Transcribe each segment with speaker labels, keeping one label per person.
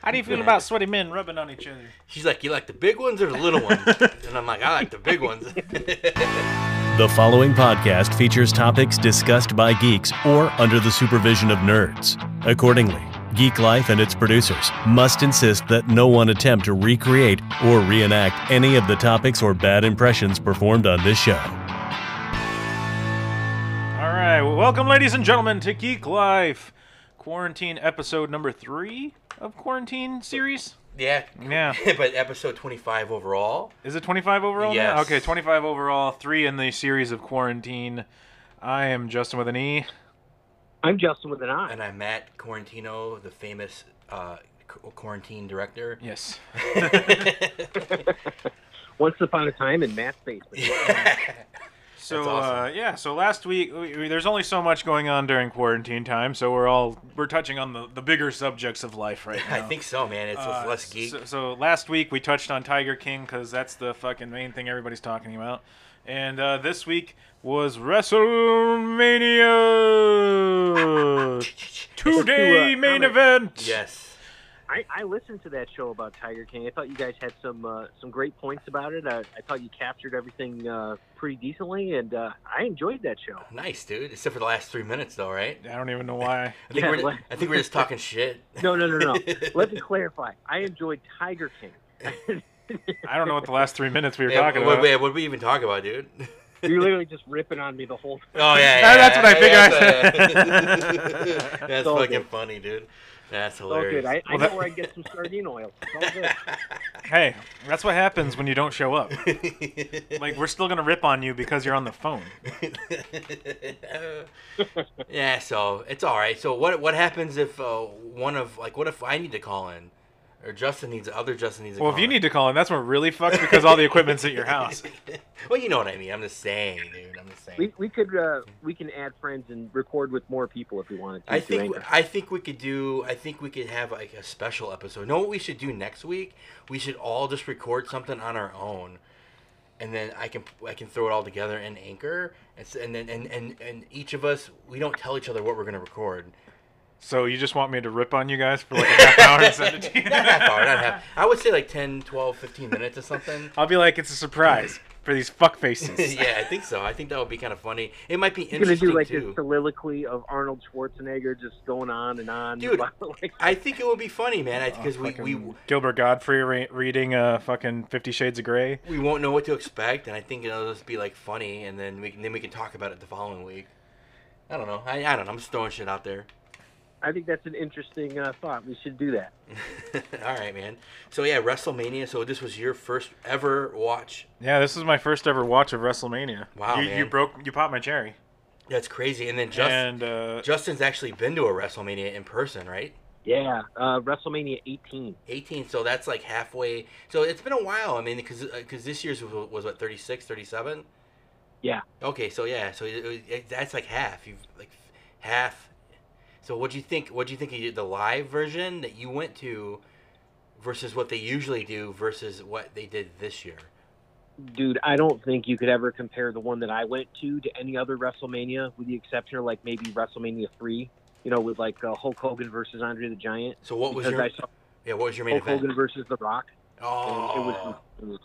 Speaker 1: How do you feel about sweaty men rubbing on each other?
Speaker 2: She's like, you like the big ones or the little ones? and I'm like, I like the big ones.
Speaker 3: The following podcast features topics discussed by geeks or under the supervision of nerds. Accordingly, Geek Life and its producers must insist that no one attempt to recreate or reenact any of the topics or bad impressions performed on this show.
Speaker 1: All right, well, welcome, ladies and gentlemen, to Geek Life, quarantine episode number three of quarantine series.
Speaker 2: yeah.
Speaker 1: Yeah,
Speaker 2: but episode 25 overall.
Speaker 1: is it 25 overall? now?
Speaker 2: Yes.
Speaker 1: Okay, 25 overall, three in the series of quarantine. I am Justin with an E.
Speaker 4: I'm Justin with an I.
Speaker 2: And I'm Matt Quarantino, the famous uh, qu- quarantine director.
Speaker 1: Yes.
Speaker 4: Once upon a time in Matt's basement.
Speaker 1: So
Speaker 2: That's awesome.
Speaker 1: uh, yeah, so last week we, we- there's only so much going on during quarantine time, so we're all we're touching on the, the bigger subjects of life right now.
Speaker 2: I think so, man. It's
Speaker 1: Uh,
Speaker 2: less geek.
Speaker 1: So, so last week we touched on Tiger King because that's the fucking main thing everybody's talking about. And uh, this week was WrestleMania two-day
Speaker 4: Let's do, uh,
Speaker 1: main
Speaker 4: comment.
Speaker 1: event.
Speaker 2: yes.
Speaker 4: I, I listened to that show about Tiger King. I thought you guys had some uh, some great points about it. I, I thought you captured everything uh, pretty decently, and uh, I enjoyed that show.
Speaker 2: Nice, dude. Except for the last three minutes, though, right?
Speaker 1: I don't even know why.
Speaker 2: I think,
Speaker 4: Yeah,
Speaker 2: we're,
Speaker 4: what-
Speaker 2: I think we're just talking shit.
Speaker 4: No, no, no, no. Let me clarify. I enjoyed Tiger King.
Speaker 1: I don't know what the last three minutes we were
Speaker 2: Yeah,
Speaker 1: talking
Speaker 2: what,
Speaker 1: about.
Speaker 2: yeah, what did we even talk about, dude? oh,
Speaker 4: You're literally just ripping on me the whole time.
Speaker 2: yeah. yeah,
Speaker 1: That- that's what I think I
Speaker 2: yeah, yeah.
Speaker 1: said.
Speaker 2: that's
Speaker 4: It's all
Speaker 2: fucking
Speaker 4: good.
Speaker 2: funny, dude. That's
Speaker 4: It's all good.
Speaker 2: hilarious.
Speaker 4: I, I
Speaker 1: Well,
Speaker 4: know
Speaker 1: that-
Speaker 4: where I can get some sardine oil. It's all good.
Speaker 1: Hey, that's what happens when you don't show up. Like we're still gonna rip on you because you're on the phone.
Speaker 2: yeah, so it's all right. So what what happens if uh, one of like what if I need to call in, or Justin needs other Justin needs. To
Speaker 1: Well, if
Speaker 2: call
Speaker 1: you
Speaker 2: in.
Speaker 1: need to call in, that's what really fucks because all the equipment's at your house.
Speaker 2: well, you know what I mean. I'm just saying, dude. I'm just saying.
Speaker 4: We, we could uh, we can add friends and record with more people if we wanted to.
Speaker 2: I
Speaker 4: through
Speaker 2: think
Speaker 4: Anchor.
Speaker 2: I think we could do. I think we could have like a special episode. Know what we should do next week? We should all just record something on our own, and then I can I can throw it all together in Anchor, and s- and then and and, and each of us we don't tell each other what we're gonna record.
Speaker 1: So you just want me to rip on you guys for like a half hour and send it to you?
Speaker 2: Not half hour, not half. I would say like 10, 12, 15 minutes or something.
Speaker 1: I'll be like, it's a surprise for these fuck faces.
Speaker 2: yeah, I think so. I think that would be kind of funny. It might be
Speaker 4: You're gonna
Speaker 2: interesting
Speaker 4: do like
Speaker 2: too.
Speaker 4: this soliloquy of Arnold Schwarzenegger just going on and on.
Speaker 2: Dude,
Speaker 4: about, like,
Speaker 2: I think it would be funny,
Speaker 4: Oh,
Speaker 2: man, because we, we
Speaker 1: Fucking Gilbert Godfrey re- reading uh, fucking Fifty Shades of Grey.
Speaker 2: we won't know what to expect, and I think it'll just be like funny, and then we can then we can talk about it the following week. I don't know. I, I don't know. I'm just throwing shit out there.
Speaker 4: I think that's an interesting uh, thought. We should do that.
Speaker 2: All right, man. So yeah, WrestleMania. So this was your first ever watch.
Speaker 1: Yeah, this is my first ever watch of WrestleMania.
Speaker 2: Wow,
Speaker 1: you, you
Speaker 2: man.
Speaker 1: broke, you popped my cherry.
Speaker 2: That's crazy. And then
Speaker 1: and
Speaker 2: Justin,
Speaker 1: uh,
Speaker 2: Justin's actually been to a WrestleMania in person, right?
Speaker 4: Yeah, uh, WrestleMania 18.
Speaker 2: 18. So that's like halfway. So it's been a while. I mean, because because this year's was, was what 36, 37.
Speaker 4: Yeah.
Speaker 2: Okay, so yeah, so it, it, it- that's like half. You have like half. So what do you think? What do you think of the live version that you went to versus what they usually do versus what they did this year?
Speaker 4: Dude, I don't think you could ever compare the one that I went to to any other WrestleMania, with the exception of like maybe WrestleMania 3. You know, with like uh, Hulk Hogan versus Andre the Giant.
Speaker 2: So what was
Speaker 4: because
Speaker 2: your
Speaker 4: I saw
Speaker 2: yeah? What was your main
Speaker 4: Hulk
Speaker 2: event?
Speaker 4: Hogan versus The Rock, and
Speaker 2: oh,
Speaker 4: it, was, it was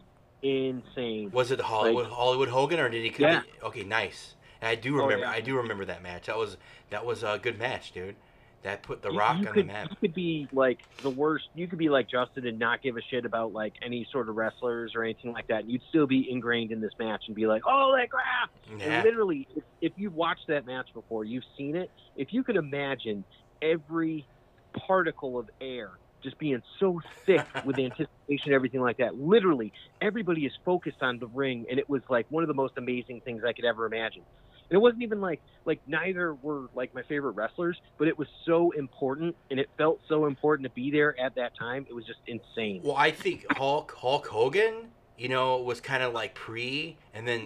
Speaker 4: insane.
Speaker 2: was it Hollywood Hollywood Hogan or did he?
Speaker 4: Yeah.
Speaker 2: Okay, nice. And I do
Speaker 4: Oh,
Speaker 2: remember.
Speaker 4: yeah.
Speaker 2: I do remember that match. That was that was a good match, dude. That put the
Speaker 4: You-
Speaker 2: Rock
Speaker 4: you
Speaker 2: on
Speaker 4: could,
Speaker 2: the map.
Speaker 4: You could be like the worst. You could be like Justin and not give a shit about like any sort of wrestlers or anything like that. And you'd still be ingrained in this match and be like, "Oh, that crap!"
Speaker 2: Yeah.
Speaker 4: And literally, if, if you've watched that match before, you've seen it. If you could imagine every particle of air just being so thick with anticipation, everything like that. Literally, everybody is focused on the ring, and it was like one of the most amazing things I could ever imagine. And it wasn't even like like neither were like my favorite wrestlers, but it was so important, and it felt so important to be there at that time. It was just insane.
Speaker 2: Well, I think Hulk Hulk Hogan, you know, was kind of like pre, and then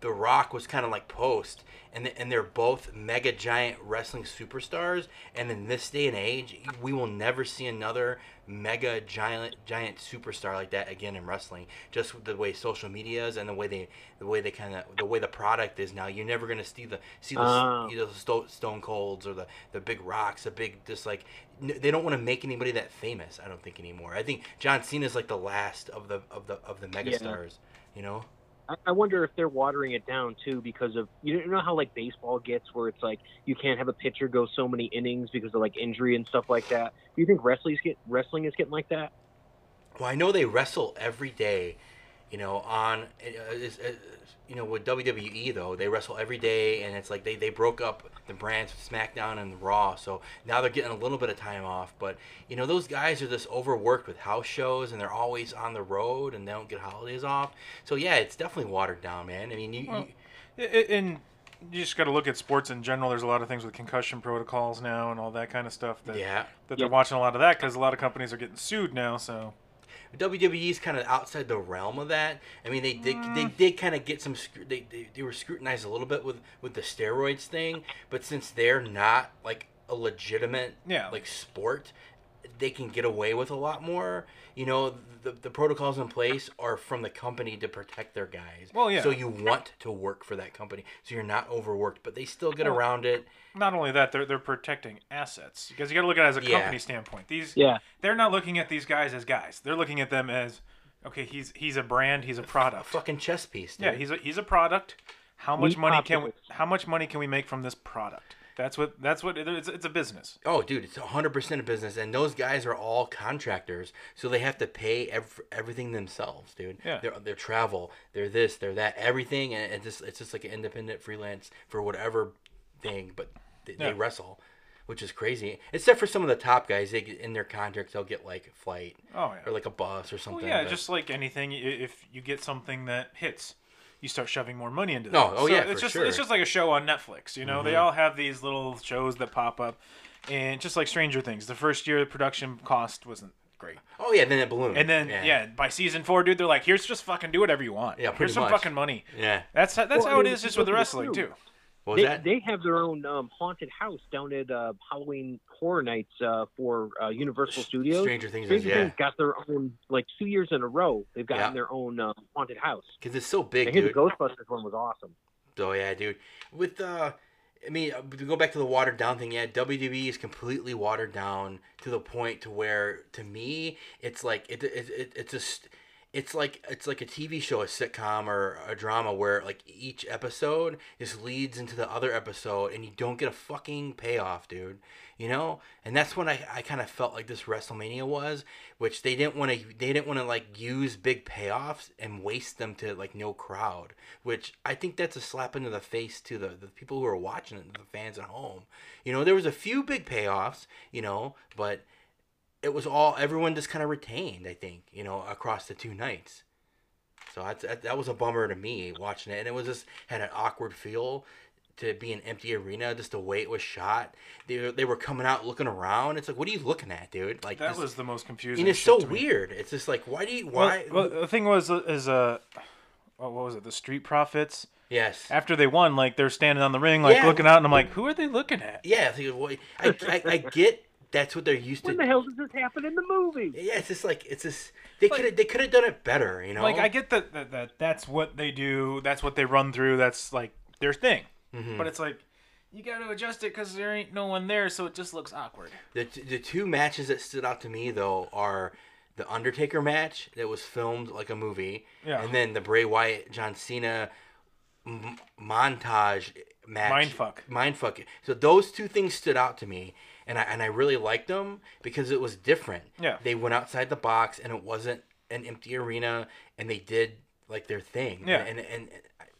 Speaker 2: the The Rock was kind of like Post, and and they're both mega giant wrestling superstars. And in this day and age, we will never see another mega giant giant superstar like that again in wrestling. Just with the way social media is and the way they the way they kind of the way the product is now. You're never gonna see the see the
Speaker 4: Ah.
Speaker 2: you know, Sto- Stone Colds or the the big rocks, the big just like n- they don't want to make anybody that famous. I don't think anymore. I think John Cena's like the last of the of the of the megastars. You know.
Speaker 4: I- I wonder if they're watering it down too because of you know how like baseball gets where it's like you can't have a pitcher go so many innings because of like injury and stuff like that. Do you think wrestling's get wrestling is getting like that?
Speaker 2: Well, I know they wrestle every day, you know, on, uh, is- uh, you know, with WWE though, they wrestle every day, and it's like they, they broke up the brands with SmackDown and Raw, so now they're getting a little bit of time off. But you know, those guys are just overworked with house shows, and they're always on the road, and they don't get holidays off. So yeah, it's definitely watered down, man. I mean, you,
Speaker 1: Well,
Speaker 2: you
Speaker 1: I- I- and you just got to look at sports in general. There's a lot of things with concussion protocols now and all that kind of stuff that
Speaker 2: yeah.
Speaker 1: that they're
Speaker 4: Yeah.
Speaker 1: watching a lot of that because a lot of companies are getting sued now. So
Speaker 2: WWE's kind of outside the realm of that. I mean, they did they
Speaker 1: Mm.
Speaker 2: did kind of get some scru- they, they they were scrutinized a little bit with with the steroids thing, but since they're not like a legitimate
Speaker 1: Yeah.
Speaker 2: like sport, they can get away with a lot more. You know, the the protocols in place are from the company to protect their guys.
Speaker 1: Well, yeah.
Speaker 2: So you want to work for that company, so you're not overworked, but they still get
Speaker 1: Well,
Speaker 2: around it.
Speaker 1: not only that, they're they're protecting assets because you got to look at it as a
Speaker 2: Yeah.
Speaker 1: company standpoint. These
Speaker 4: Yeah.
Speaker 1: they're not looking at these guys as guys. They're looking at them as okay, he's he's a brand, he's a product.
Speaker 2: Fucking chess piece. Dude.
Speaker 1: uh, Yeah, he's a he's a product. How much
Speaker 4: Meat
Speaker 1: money can we,
Speaker 4: populace.
Speaker 1: how much money can we make from this product? That's what that's what it- it's, it's a business.
Speaker 2: Oh, dude, it's 100% a business, and those guys are all contractors, so they have to pay ev- everything themselves, dude.
Speaker 1: Yeah.
Speaker 2: Their, their travel, their this, their that, everything, and it's just, it's just like an independent freelance for whatever thing, but they,
Speaker 1: Yeah.
Speaker 2: they wrestle, which is crazy. Except for some of the top guys, they get, in their contracts, they'll get like flight
Speaker 1: Oh
Speaker 2: or
Speaker 1: yeah.
Speaker 2: like a bus or
Speaker 1: Well,
Speaker 2: something.
Speaker 1: yeah,
Speaker 2: but-
Speaker 1: just like anything, i- if you get something that hits, you start shoving more money into.
Speaker 2: No,
Speaker 1: that.
Speaker 2: oh, yeah,
Speaker 1: it's
Speaker 2: for
Speaker 1: just
Speaker 2: sure. Mm-hmm.
Speaker 1: it's just like a show on Netflix. You know, they all have these little shows that pop up, and just like Stranger Things, the first year the production cost wasn't great,
Speaker 2: Oh, yeah, then it ballooned.
Speaker 1: and then yeah. by season four, dude, they're like, here's just fucking do whatever you want.
Speaker 2: Yeah,
Speaker 1: here's
Speaker 2: pretty
Speaker 1: some
Speaker 2: much.
Speaker 1: fucking money.
Speaker 2: Yeah.
Speaker 1: That's how, that's
Speaker 4: Well,
Speaker 1: how
Speaker 4: I
Speaker 1: it
Speaker 4: mean,
Speaker 1: is just
Speaker 4: look
Speaker 1: with the
Speaker 4: at the
Speaker 1: wrestling
Speaker 4: crew.
Speaker 1: too.
Speaker 2: What was
Speaker 4: They,
Speaker 2: that?
Speaker 4: they have their own um, haunted house down at uh, Halloween Horror Nights uh, for uh, Universal Studios.
Speaker 2: Stranger Things,
Speaker 4: Stranger
Speaker 2: yeah.
Speaker 4: Things got their own like two years in a row. They've gotten
Speaker 2: Yeah.
Speaker 4: their own uh, haunted house.
Speaker 2: Because it's so
Speaker 4: I
Speaker 2: big,
Speaker 4: hear the
Speaker 2: dude.
Speaker 4: Ghostbusters one was awesome.
Speaker 2: Oh yeah, dude. With uh, I mean, uh, to go back to the watered down thing. Yeah, WWE is completely watered down to the point to where, to me, it's like it, it, it it's just. It's like it's like a TV show, a sitcom, or a drama where like each episode just leads into the other episode, and you don't get a fucking payoff, dude. You know, and that's when I, I kind of felt like this WrestleMania was, which they didn't want to they didn't want to like use big payoffs and waste them to like no crowd, which I think that's a slap into the face to the, the people who are watching it, the fans at home. You know, there was a few big payoffs, you know, but it was all everyone just kind of retained, I think, you know, across the two nights. So that's, that, that was a bummer to me watching it, and it was just had an awkward feel to be an empty arena, just the way it was shot. They, were- they were coming out looking around. It's like, what are you looking at, dude? Like
Speaker 1: That
Speaker 2: this-
Speaker 1: was the most confusing.
Speaker 2: and it's
Speaker 1: shit
Speaker 2: so
Speaker 1: to me.
Speaker 2: weird. It's just like, why do you
Speaker 1: Well,
Speaker 2: why?
Speaker 1: well, the thing was uh, is uh, oh, what was it? The Street Profits.
Speaker 2: yes.
Speaker 1: after they won, like they're standing on the ring, like
Speaker 2: Yeah.
Speaker 1: looking out, and I'm like, who are they looking at?
Speaker 2: Yeah, it's like, why- I, I, I get that's what they're used to.
Speaker 4: When the hell does this happen in the movie?
Speaker 2: Yeah, it's just like it's just they could have they could have done it better, you know.
Speaker 1: Like I get that, that that that's what they do, that's what they run through, that's like their thing.
Speaker 2: Mm-hmm.
Speaker 1: But it's like you got to adjust it because there ain't no one there, so it just looks awkward.
Speaker 2: The, t- the two matches that stood out to me though are the Undertaker match that was filmed like a movie,
Speaker 1: Yeah.
Speaker 2: and then the Bray Wyatt John Cena m- montage match.
Speaker 1: Mindfuck.
Speaker 2: Mindfuck. So those two things stood out to me, and I and I really liked them because it was different.
Speaker 1: Yeah.
Speaker 2: They went outside the box, and it wasn't an empty arena, and they did like their thing.
Speaker 1: Yeah.
Speaker 2: And and. and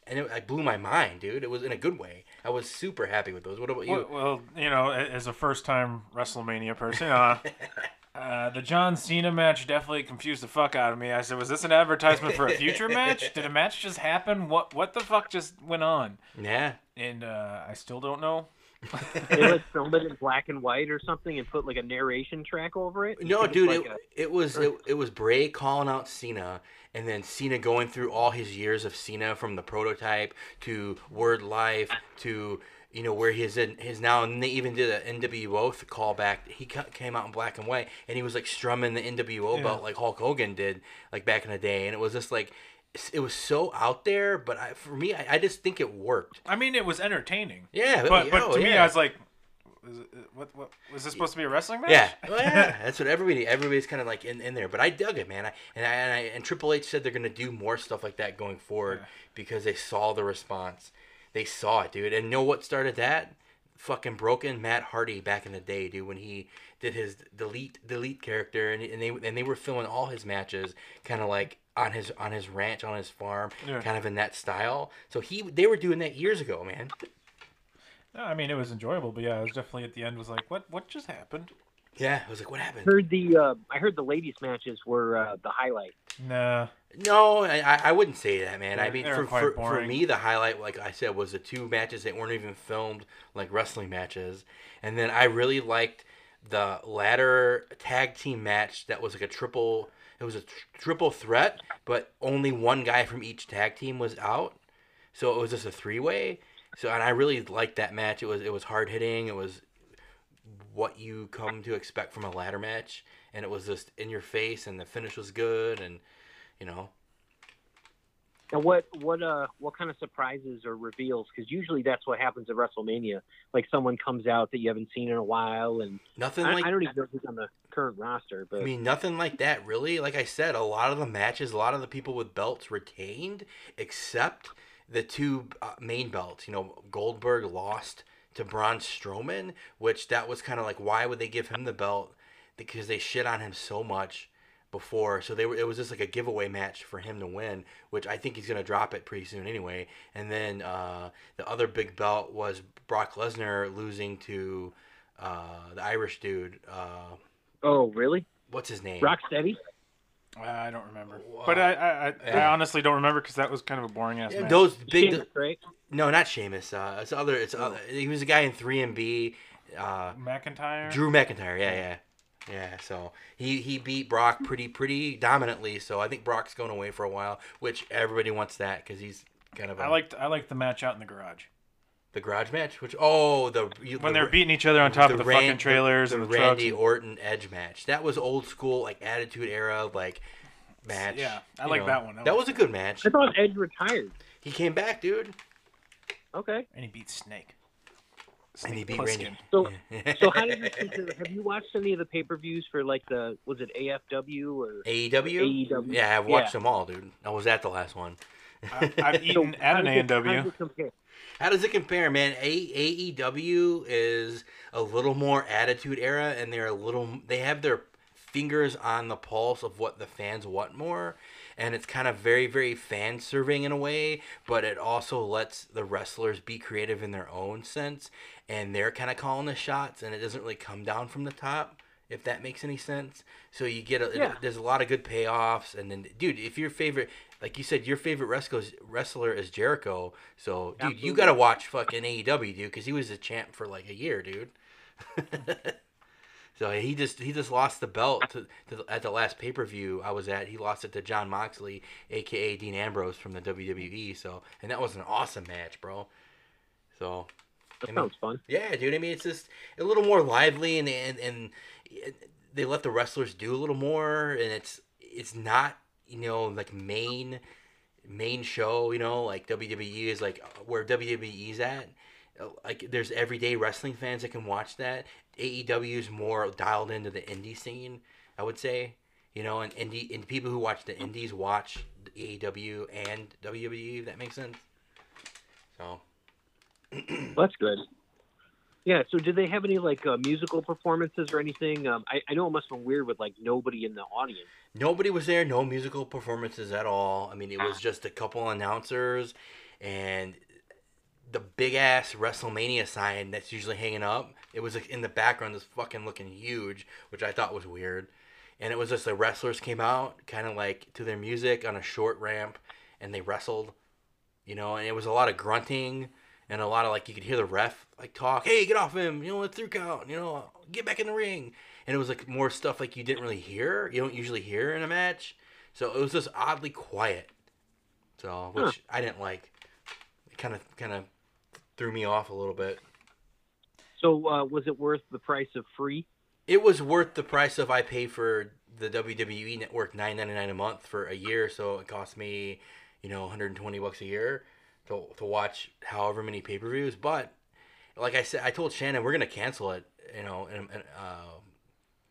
Speaker 2: and it, it blew my mind, dude. It was in a good way. I was super happy with those. What about you?
Speaker 1: Well, well, you know, a- as a first time WrestleMania person, uh, uh, the John Cena match definitely confused the fuck out of me. I said, was this an advertisement for a future match? Did a match just happen? What what the fuck just went on?
Speaker 2: yeah.
Speaker 1: And uh, I still don't know.
Speaker 4: They like film it in black and white or something and put like a narration track over it.
Speaker 2: No,
Speaker 4: It's
Speaker 2: dude,
Speaker 4: like
Speaker 2: it,
Speaker 4: a-
Speaker 2: it was it, it was Bray calling out Cena, and then Cena going through all his years of Cena from the prototype to Word Life to you know where he's in his now, and they even did an NWO th- callback. He ca- came out in black and white, and he was like strumming the NWO belt like Hulk Hogan did like back in the day, and it was just like s- it was so out there. But I, for me, I, I just think it worked.
Speaker 1: I mean, it was entertaining.
Speaker 2: Yeah,
Speaker 1: But but
Speaker 2: oh,
Speaker 1: to me,
Speaker 2: yeah.
Speaker 1: I was like, is it, what what was this supposed to be a wrestling match?
Speaker 2: Yeah, Well, yeah, that's what everybody everybody's kind of like in, in there. But I dug it, man. I, and I, and, I, and Triple H said they're gonna do more stuff like that going forward because they saw the response. They saw it, dude. And know what started that? Fucking broken Matt Hardy back in the day, dude, when he did his delete delete character, and, and they and they were filming all his matches kind of like on his on his ranch on his farm,
Speaker 1: Yeah.
Speaker 2: kind of in that style. So he they were doing that years ago, man.
Speaker 1: No, I mean, it was enjoyable, but yeah, it was definitely at the end was like, what what just happened?
Speaker 2: Yeah, I was like, what happened?
Speaker 4: heard the uh, I heard the ladies matches were uh, the highlight.
Speaker 1: Nah.
Speaker 2: No, I, I I wouldn't say that, man. I
Speaker 1: They're-
Speaker 2: mean,
Speaker 1: they're
Speaker 2: for,
Speaker 1: quite
Speaker 2: for, for
Speaker 1: boring.
Speaker 2: me, the highlight, like I said, was the two matches that weren't even filmed, like wrestling matches. And then I really liked the ladder tag team match that was like a triple. It was a tr- triple threat, but only one guy from each tag team was out, so it was just a three way. So, and I really liked that match. It was it was hard hitting. It was what you come to expect from a ladder match, and it was just in your face, and the finish was good, and you know.
Speaker 4: Now, what what uh what kind of surprises or reveals? Because usually that's what happens at WrestleMania. Like someone comes out that you haven't seen in a while, and
Speaker 2: Nothing
Speaker 4: I,
Speaker 2: like
Speaker 4: I
Speaker 2: I,
Speaker 4: don't even know who's on the current roster. But
Speaker 2: mean nothing like that really. Like I said, a lot of the matches, a lot of the people with belts retained, except the two uh, main belts. You know, Goldberg lost to Braun Strowman, which that was kind of like why would they give him the belt? Because they shit on him so much before, so they were. It was just like a giveaway match for him to win, which I think he's gonna drop it pretty soon anyway. And then uh, the other big belt was Brock Lesnar losing to. Uh, the Irish dude, uh,
Speaker 4: oh really?
Speaker 2: what's his name?
Speaker 4: Rocksteady?
Speaker 1: Uh, I don't remember.
Speaker 2: Wow.
Speaker 1: But I I, I,
Speaker 2: Yeah.
Speaker 1: I honestly don't remember because that was kind of a boring ass match.
Speaker 2: Those big.
Speaker 4: Sheamus, right?
Speaker 2: no, not Sheamus. Uh, it's other. It's
Speaker 1: Oh.
Speaker 2: other. He was a guy in three and B. Uh,
Speaker 1: McIntyre.
Speaker 2: Drew McIntyre. Yeah, yeah, yeah. So he he beat Brock pretty pretty dominantly. So I think Brock's going away for a while, which everybody wants that because he's kind of. a-
Speaker 1: I liked I liked the match out in the garage
Speaker 2: the garage match, which oh the you,
Speaker 1: when
Speaker 2: the,
Speaker 1: they're beating each other on top of the
Speaker 2: Ran-
Speaker 1: fucking trailers and the trucks.
Speaker 2: Randy Orton Edge match. That was old school like Attitude Era like match.
Speaker 1: Yeah, I
Speaker 2: you
Speaker 1: like that one.
Speaker 2: That,
Speaker 1: That
Speaker 2: was,
Speaker 1: was
Speaker 2: a good match.
Speaker 4: I thought Edge retired.
Speaker 2: He came back, dude,
Speaker 4: Okay.
Speaker 1: and he beat Snake.
Speaker 2: and he beat
Speaker 1: Plissken.
Speaker 2: Randy.
Speaker 4: So so how did you consider? Have you watched any of the pay per views for like the was it AFW or?
Speaker 2: AEW? E
Speaker 4: AEW.
Speaker 2: Yeah, I've watched
Speaker 4: E Yeah.
Speaker 2: them all, dude. I was at the last one.
Speaker 1: I, I've eaten
Speaker 4: So
Speaker 1: at
Speaker 4: how
Speaker 1: an
Speaker 4: does it- how does
Speaker 1: A&W.
Speaker 4: it compare?
Speaker 2: How does it compare, man? A- AEW is a little more attitude era, and they're a little. They have their fingers on the pulse of what the fans want more, and it's kind of very, very fan serving in a way. But it also lets the wrestlers be creative in their own sense, and they're kind of calling the shots, and it doesn't really come down from the top. If that makes any sense, so you get a,
Speaker 4: Yeah.
Speaker 2: there's a lot of good payoffs, and then dude, if your favorite, like you said, your favorite wrestler wrestler is Jericho, so dude, you
Speaker 4: Absolutely.
Speaker 2: gotta watch fucking AEW, dude, because he was a champ for like a year, dude. so he just he just lost the belt to, to at the last pay per view I was at. He lost it to John Moxley, aka Dean Ambrose from the WWE. So and that was an awesome match, bro. So
Speaker 4: That
Speaker 2: I mean-
Speaker 4: sounds fun.
Speaker 2: yeah, dude. I mean, it's just a little more lively, and and, and they let the wrestlers do a little more, and it's it's not you know like main main show. You know, like WWE is like uh, where WWE's at. Like there's everyday wrestling fans that can watch that. AEW is more dialed into the indie scene, I would say. You know, and indie and people who watch the indies watch AEW and WWE. If that makes sense. So.
Speaker 4: That's good. Yeah. So, did they have any like uh, musical performances or anything? Um, I, I know it must have been weird with like nobody in the audience.
Speaker 2: Nobody was there, no musical performances at all. I mean, it was just a couple announcers and the big ass WrestleMania sign that's usually hanging up. It was like in the background, this fucking looking huge, which I thought was weird. And it was just the wrestlers came out, kind of like to their music on a short ramp, and they wrestled, you know, and it was a lot of grunting and a lot of like you could hear the ref like talk, "Hey, get off him!" You know, a through count. You know, get back in the ring. And it was like more stuff like you didn't really hear, you don't usually hear in a match. So it was just oddly quiet. So which I didn't like. It kind of kind of threw me off a little bit.
Speaker 4: So uh, was it worth the price of free?
Speaker 2: It was worth the price of I pay for the WWE Network nine ninety nine a month for a year, so it cost me, you know, one hundred and twenty bucks a year to to watch however many pay per views. But like I said, I told Shannon we're gonna cancel it, you know, and, and uh,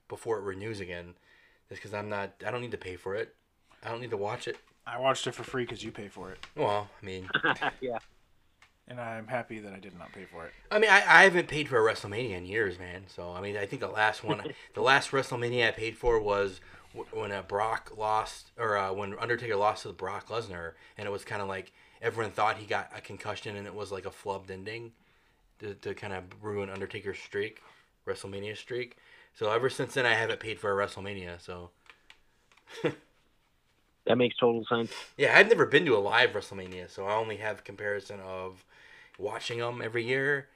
Speaker 2: before it renews again, just because I'm not, I don't need to pay for it, I don't need to watch it.
Speaker 1: I watched it for free because you pay for it,
Speaker 2: Well, I mean,
Speaker 4: yeah.
Speaker 1: and I'm happy that I did not pay for it.
Speaker 2: I mean, I, I haven't paid for a WrestleMania in years, man. So I mean, I think the last one, the last WrestleMania I paid for was w- when uh, Brock lost, or uh, when Undertaker lost to Brock Lesnar, and it was kind of like everyone thought he got a concussion, and it was like a flubbed ending to, to kind of ruin Undertaker's streak, WrestleMania streak. So ever since then, I haven't paid for a WrestleMania. So
Speaker 4: That makes total sense.
Speaker 2: yeah, I've never been to a live WrestleMania, so I only have comparison of watching them every year,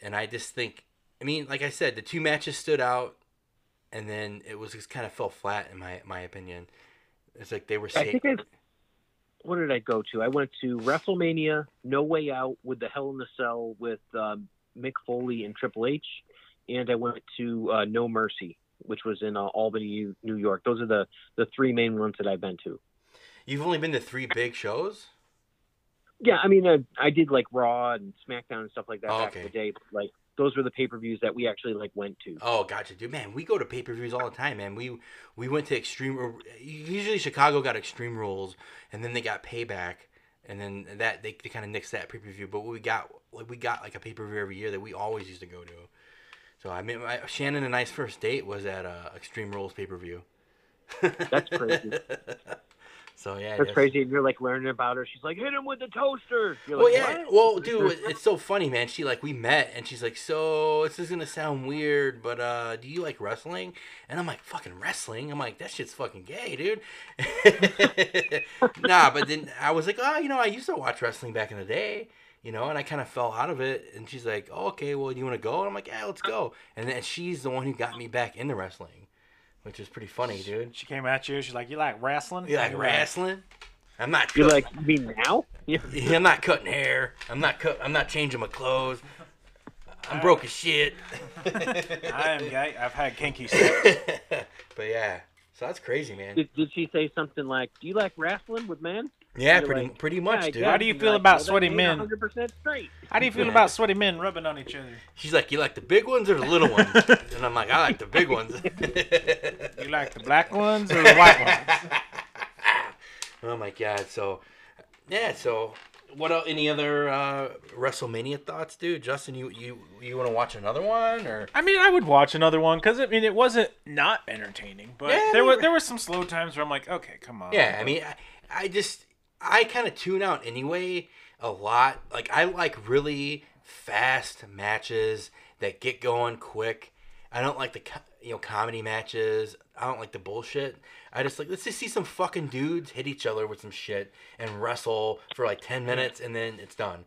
Speaker 2: and I just think, I mean, like I said, the two matches stood out, and then it was just kind of fell flat in my my opinion. It's like they were
Speaker 4: I think
Speaker 2: sa-
Speaker 4: I've- What did I go to? I went to WrestleMania, No Way Out with the Hell in the Cell with um, Mick Foley and Triple H, and I went to uh, No Mercy, which was in uh, Albany, New York. Those are the the three main ones that I've been to.
Speaker 2: You've only been to three big shows.
Speaker 4: Yeah, I mean, I, I did like Raw and SmackDown and stuff like that
Speaker 2: Oh,
Speaker 4: back
Speaker 2: okay.
Speaker 4: in the day. But, like those were the pay per views that we actually like went to.
Speaker 2: Oh, gotcha, dude. Man, we go to pay per views all the time, man. We we went to Extreme. or- Usually, Chicago got Extreme Rules, and then they got Payback, and then that they, they kind of nixed that pay per view. But we got like we got like a pay per view every year that we always used to go to. So I mean, my, Shannon and I's first date was at uh, Extreme Rules pay per view.
Speaker 4: That's crazy.
Speaker 2: so yeah,
Speaker 4: That's crazy. And you're like learning about her. She's like, hit him with the toaster. You're
Speaker 2: Well,
Speaker 4: like,
Speaker 2: yeah.
Speaker 4: "What?"
Speaker 2: Well, dude, it- it's so funny, man. She like we met, and she's like, "So this is gonna sound weird, but uh, do you like wrestling?" And I'm like, "Fucking wrestling." I'm like, "That shit's fucking gay, dude." nah, but then I was like, "Oh, you know, I used to watch wrestling back in the day." You know, and I kind of fell out of it. And she's like, oh, "Okay, well, you want to go?" And I'm like, "Yeah, let's go." And then she's the one who got me back into wrestling, which is pretty funny, dude.
Speaker 1: She came at you. She's like, "You like wrestling?
Speaker 2: You like
Speaker 1: You're
Speaker 2: wrestling? I'm not.
Speaker 4: You're
Speaker 2: cutting-
Speaker 4: like, you mean now? Yeah.
Speaker 2: Yeah, I'm not cutting hair. I'm not cut. I'm not changing my clothes. I'm broke as shit.
Speaker 1: I am gay. I've had kinky sex.
Speaker 2: But yeah, so that's crazy, man.
Speaker 4: Did, did she say something like, do you like wrestling with men?
Speaker 2: Yeah,
Speaker 4: You're
Speaker 2: pretty
Speaker 4: like,
Speaker 2: pretty much,
Speaker 4: Yeah, I
Speaker 2: dude.
Speaker 1: How do you
Speaker 4: You're
Speaker 1: feel
Speaker 4: like,
Speaker 1: about
Speaker 4: "Well, that
Speaker 1: sweaty
Speaker 4: ain't
Speaker 1: men?
Speaker 4: 100% straight.
Speaker 1: How do you feel about sweaty men rubbing on each other?
Speaker 2: She's like, you like the big ones or the little ones? and I'm like, I like the big ones.
Speaker 1: You like the black ones or the white ones?
Speaker 2: oh my god. So yeah, so what? el- Any other uh, WrestleMania thoughts, dude? Justin, you you you want to watch another one or?
Speaker 1: I mean, I would watch another one because I mean, it wasn't not entertaining, but
Speaker 2: Yeah,
Speaker 1: there
Speaker 2: they
Speaker 1: were
Speaker 2: were-
Speaker 1: there were some slow times where I'm like, okay, come on.
Speaker 2: Yeah, I mean, I, I just I kind of tune out anyway a lot. Like I like really fast matches that get going quick. I don't like the co- you know comedy matches. I don't like the bullshit. I just like let's just see some fucking dudes hit each other with some shit and wrestle for like ten minutes and then it's done.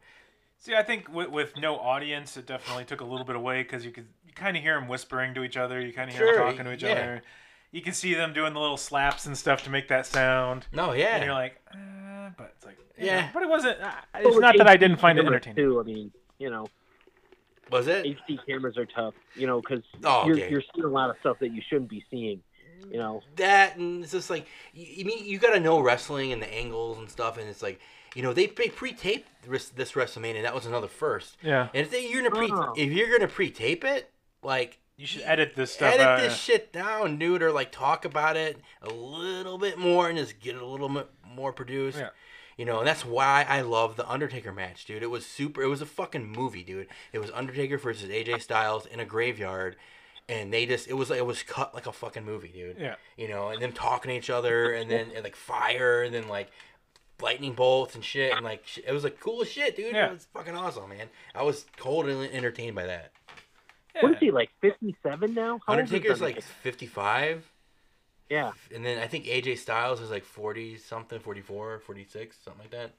Speaker 1: See, I think with, with no audience, it definitely took a little bit away because you could you kind of hear them whispering to each other. You kind of hear
Speaker 2: Sure,
Speaker 1: them talking to each
Speaker 2: yeah.
Speaker 1: other. You can see them doing the little slaps and stuff to make that sound.
Speaker 2: No, yeah,
Speaker 1: And you're like, uh, but it's like,
Speaker 2: Yeah.
Speaker 1: yeah. But it wasn't. Uh,
Speaker 4: Well,
Speaker 1: it's not that I didn't find it
Speaker 4: Number
Speaker 1: entertaining.
Speaker 4: Two, I mean, you know,
Speaker 2: was it?
Speaker 4: HD cameras are tough, you know, because
Speaker 2: Oh,
Speaker 4: you're,
Speaker 2: okay.
Speaker 4: you're seeing a lot of stuff that you shouldn't be seeing, you know.
Speaker 2: that and it's just like you, you mean you gotta know wrestling and the angles and stuff and it's like you know they, they pre-taped this, this WrestleMania that was another first
Speaker 1: Yeah.
Speaker 2: and if they, you're gonna pre
Speaker 4: Oh.
Speaker 2: if you're gonna pre-tape it like
Speaker 1: You should edit this stuff
Speaker 2: edit
Speaker 1: out.
Speaker 2: this shit down dude or like talk about it a little bit more and just get it a little bit more produced
Speaker 1: Yeah.
Speaker 2: you know and that's why I love the Undertaker match dude it was super it was a fucking movie dude it was Undertaker versus AJ Styles in a graveyard and they just it was like it was cut like a fucking movie dude
Speaker 1: yeah.
Speaker 2: you know, and them talking to each other, and then and like fire, and then like lightning bolts and shit, and like sh- it was like cool as shit, dude.
Speaker 1: Yeah.
Speaker 2: It was fucking awesome, man. I was totally entertained by that.
Speaker 4: What is he, like 57 now? How old is
Speaker 2: Undertaker's like
Speaker 4: Undertaker?
Speaker 2: fifty five,
Speaker 4: yeah.
Speaker 2: and then I think AJ Styles is like forty something, 44, 46, something like that.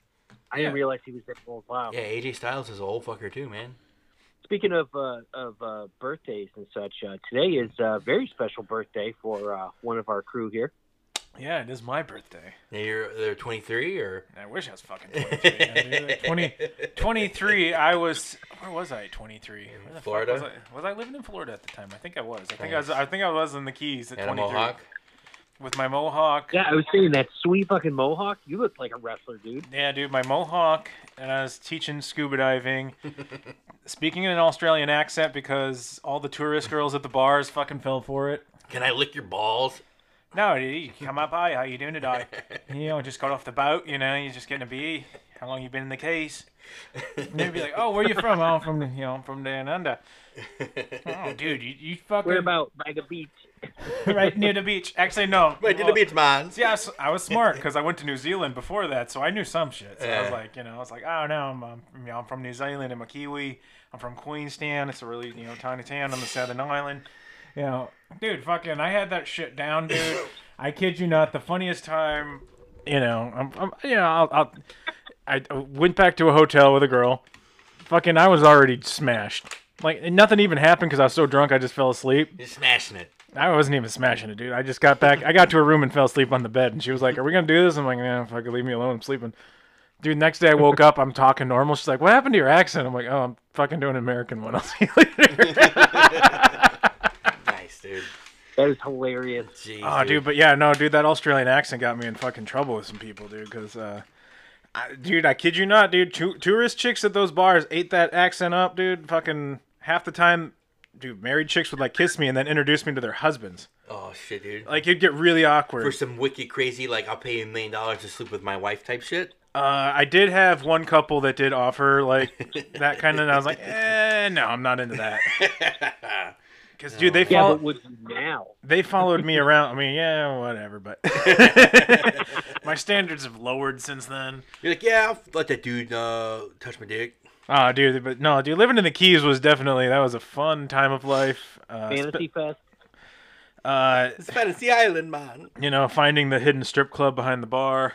Speaker 4: I didn't
Speaker 1: Yeah.
Speaker 4: realize he was that old. Wow.
Speaker 2: Yeah, AJ Styles is an old fucker too, man.
Speaker 4: Speaking of uh, of uh, birthdays and such, uh, today is a very special birthday for uh, one of our crew here.
Speaker 1: Yeah, it is my birthday.
Speaker 2: Now you're they're 23 or
Speaker 1: I wish I was fucking 23. yeah, dude. Like 20, 23, I was. Where was I? at 23. Where the fuck
Speaker 2: Florida?
Speaker 1: Was I, was I living in Florida at the time? I think I was. I think I was. I think I was in the Keys at
Speaker 2: and a
Speaker 1: 23
Speaker 2: mohawk.
Speaker 1: with my mohawk.
Speaker 4: Yeah, I was seeing that sweet fucking mohawk. You look like a wrestler, dude.
Speaker 1: Yeah, dude, my mohawk, and I was teaching scuba diving, speaking in an Australian accent because all the tourist girls at the bars fucking fell for it.
Speaker 2: Can I lick your balls?
Speaker 1: No, dude, you come up, hi, how you doing today? You know, just got off the boat, you know, you're just getting a beer. How long you been in the Keys? And they'd be like, oh, where you from? Oh, I'm from, the, you know, I'm from down under. Oh, dude, you, you fucking
Speaker 4: We're about by the beach.
Speaker 1: right near the beach. Actually, no.
Speaker 2: Wait, did the beach man?
Speaker 1: Yeah, I was, I was smart because I went to New Zealand before that, so I knew some shit. So I was
Speaker 2: Yeah.
Speaker 1: like, you know, I was like, oh no, I'm, um, you know, I'm from New Zealand. I'm a Kiwi. I'm from Queenstown. It's a really you know tiny town on the southern island. You know, dude, fucking, I had that shit down, dude. I kid you not. The funniest time, you know, I'm, I'm you know, I'll, I'll, I I went back to a hotel with a girl. Fucking, I was already smashed. Like nothing even happened because I was so drunk I just fell asleep.
Speaker 2: You're smashing it.
Speaker 1: I wasn't even smashing it, dude. I just got back. I got to her room and fell asleep on the bed. And she was like, "Are we gonna do this?" I'm like, "Nah, fucking leave me alone. I'm sleeping." Dude, next day I woke up. I'm talking normal. She's like, "What happened to your accent?" I'm like, "Oh, I'm fucking doing an American one. I'll see you later."
Speaker 2: Nice, dude.
Speaker 4: That is hilarious.
Speaker 2: Jeez,
Speaker 1: oh, dude, but yeah, no, dude, that Australian accent got me in fucking trouble with some people, dude. Because, uh, I, dude, I kid you not, dude. tou- tourist chicks at those bars ate that accent up, dude. Fucking half the time, dude. Married chicks would like kiss me and then introduce me to their husbands.
Speaker 2: Oh shit, dude.
Speaker 1: Like you'd get really awkward.
Speaker 2: For some wicked crazy, like I'll pay you a million dollars to sleep with my wife type shit.
Speaker 1: Uh, I did have one couple that did offer like that kind of, and I was like, eh, no, I'm not into that. Because dude, they
Speaker 4: Yeah,
Speaker 1: follow,
Speaker 4: but would you now?
Speaker 1: they followed me around. I mean, yeah, whatever, but my standards have lowered since then.
Speaker 2: You're like, yeah, I'll let that dude uh, touch my dick.
Speaker 1: Ah, dude, but no, dude, living in the Keys was definitely that was a fun time of life. Uh, sp-
Speaker 4: Fantasy Fest.
Speaker 1: uh,
Speaker 2: It's Fantasy Island, man.
Speaker 1: you know, finding the hidden strip club behind the bar.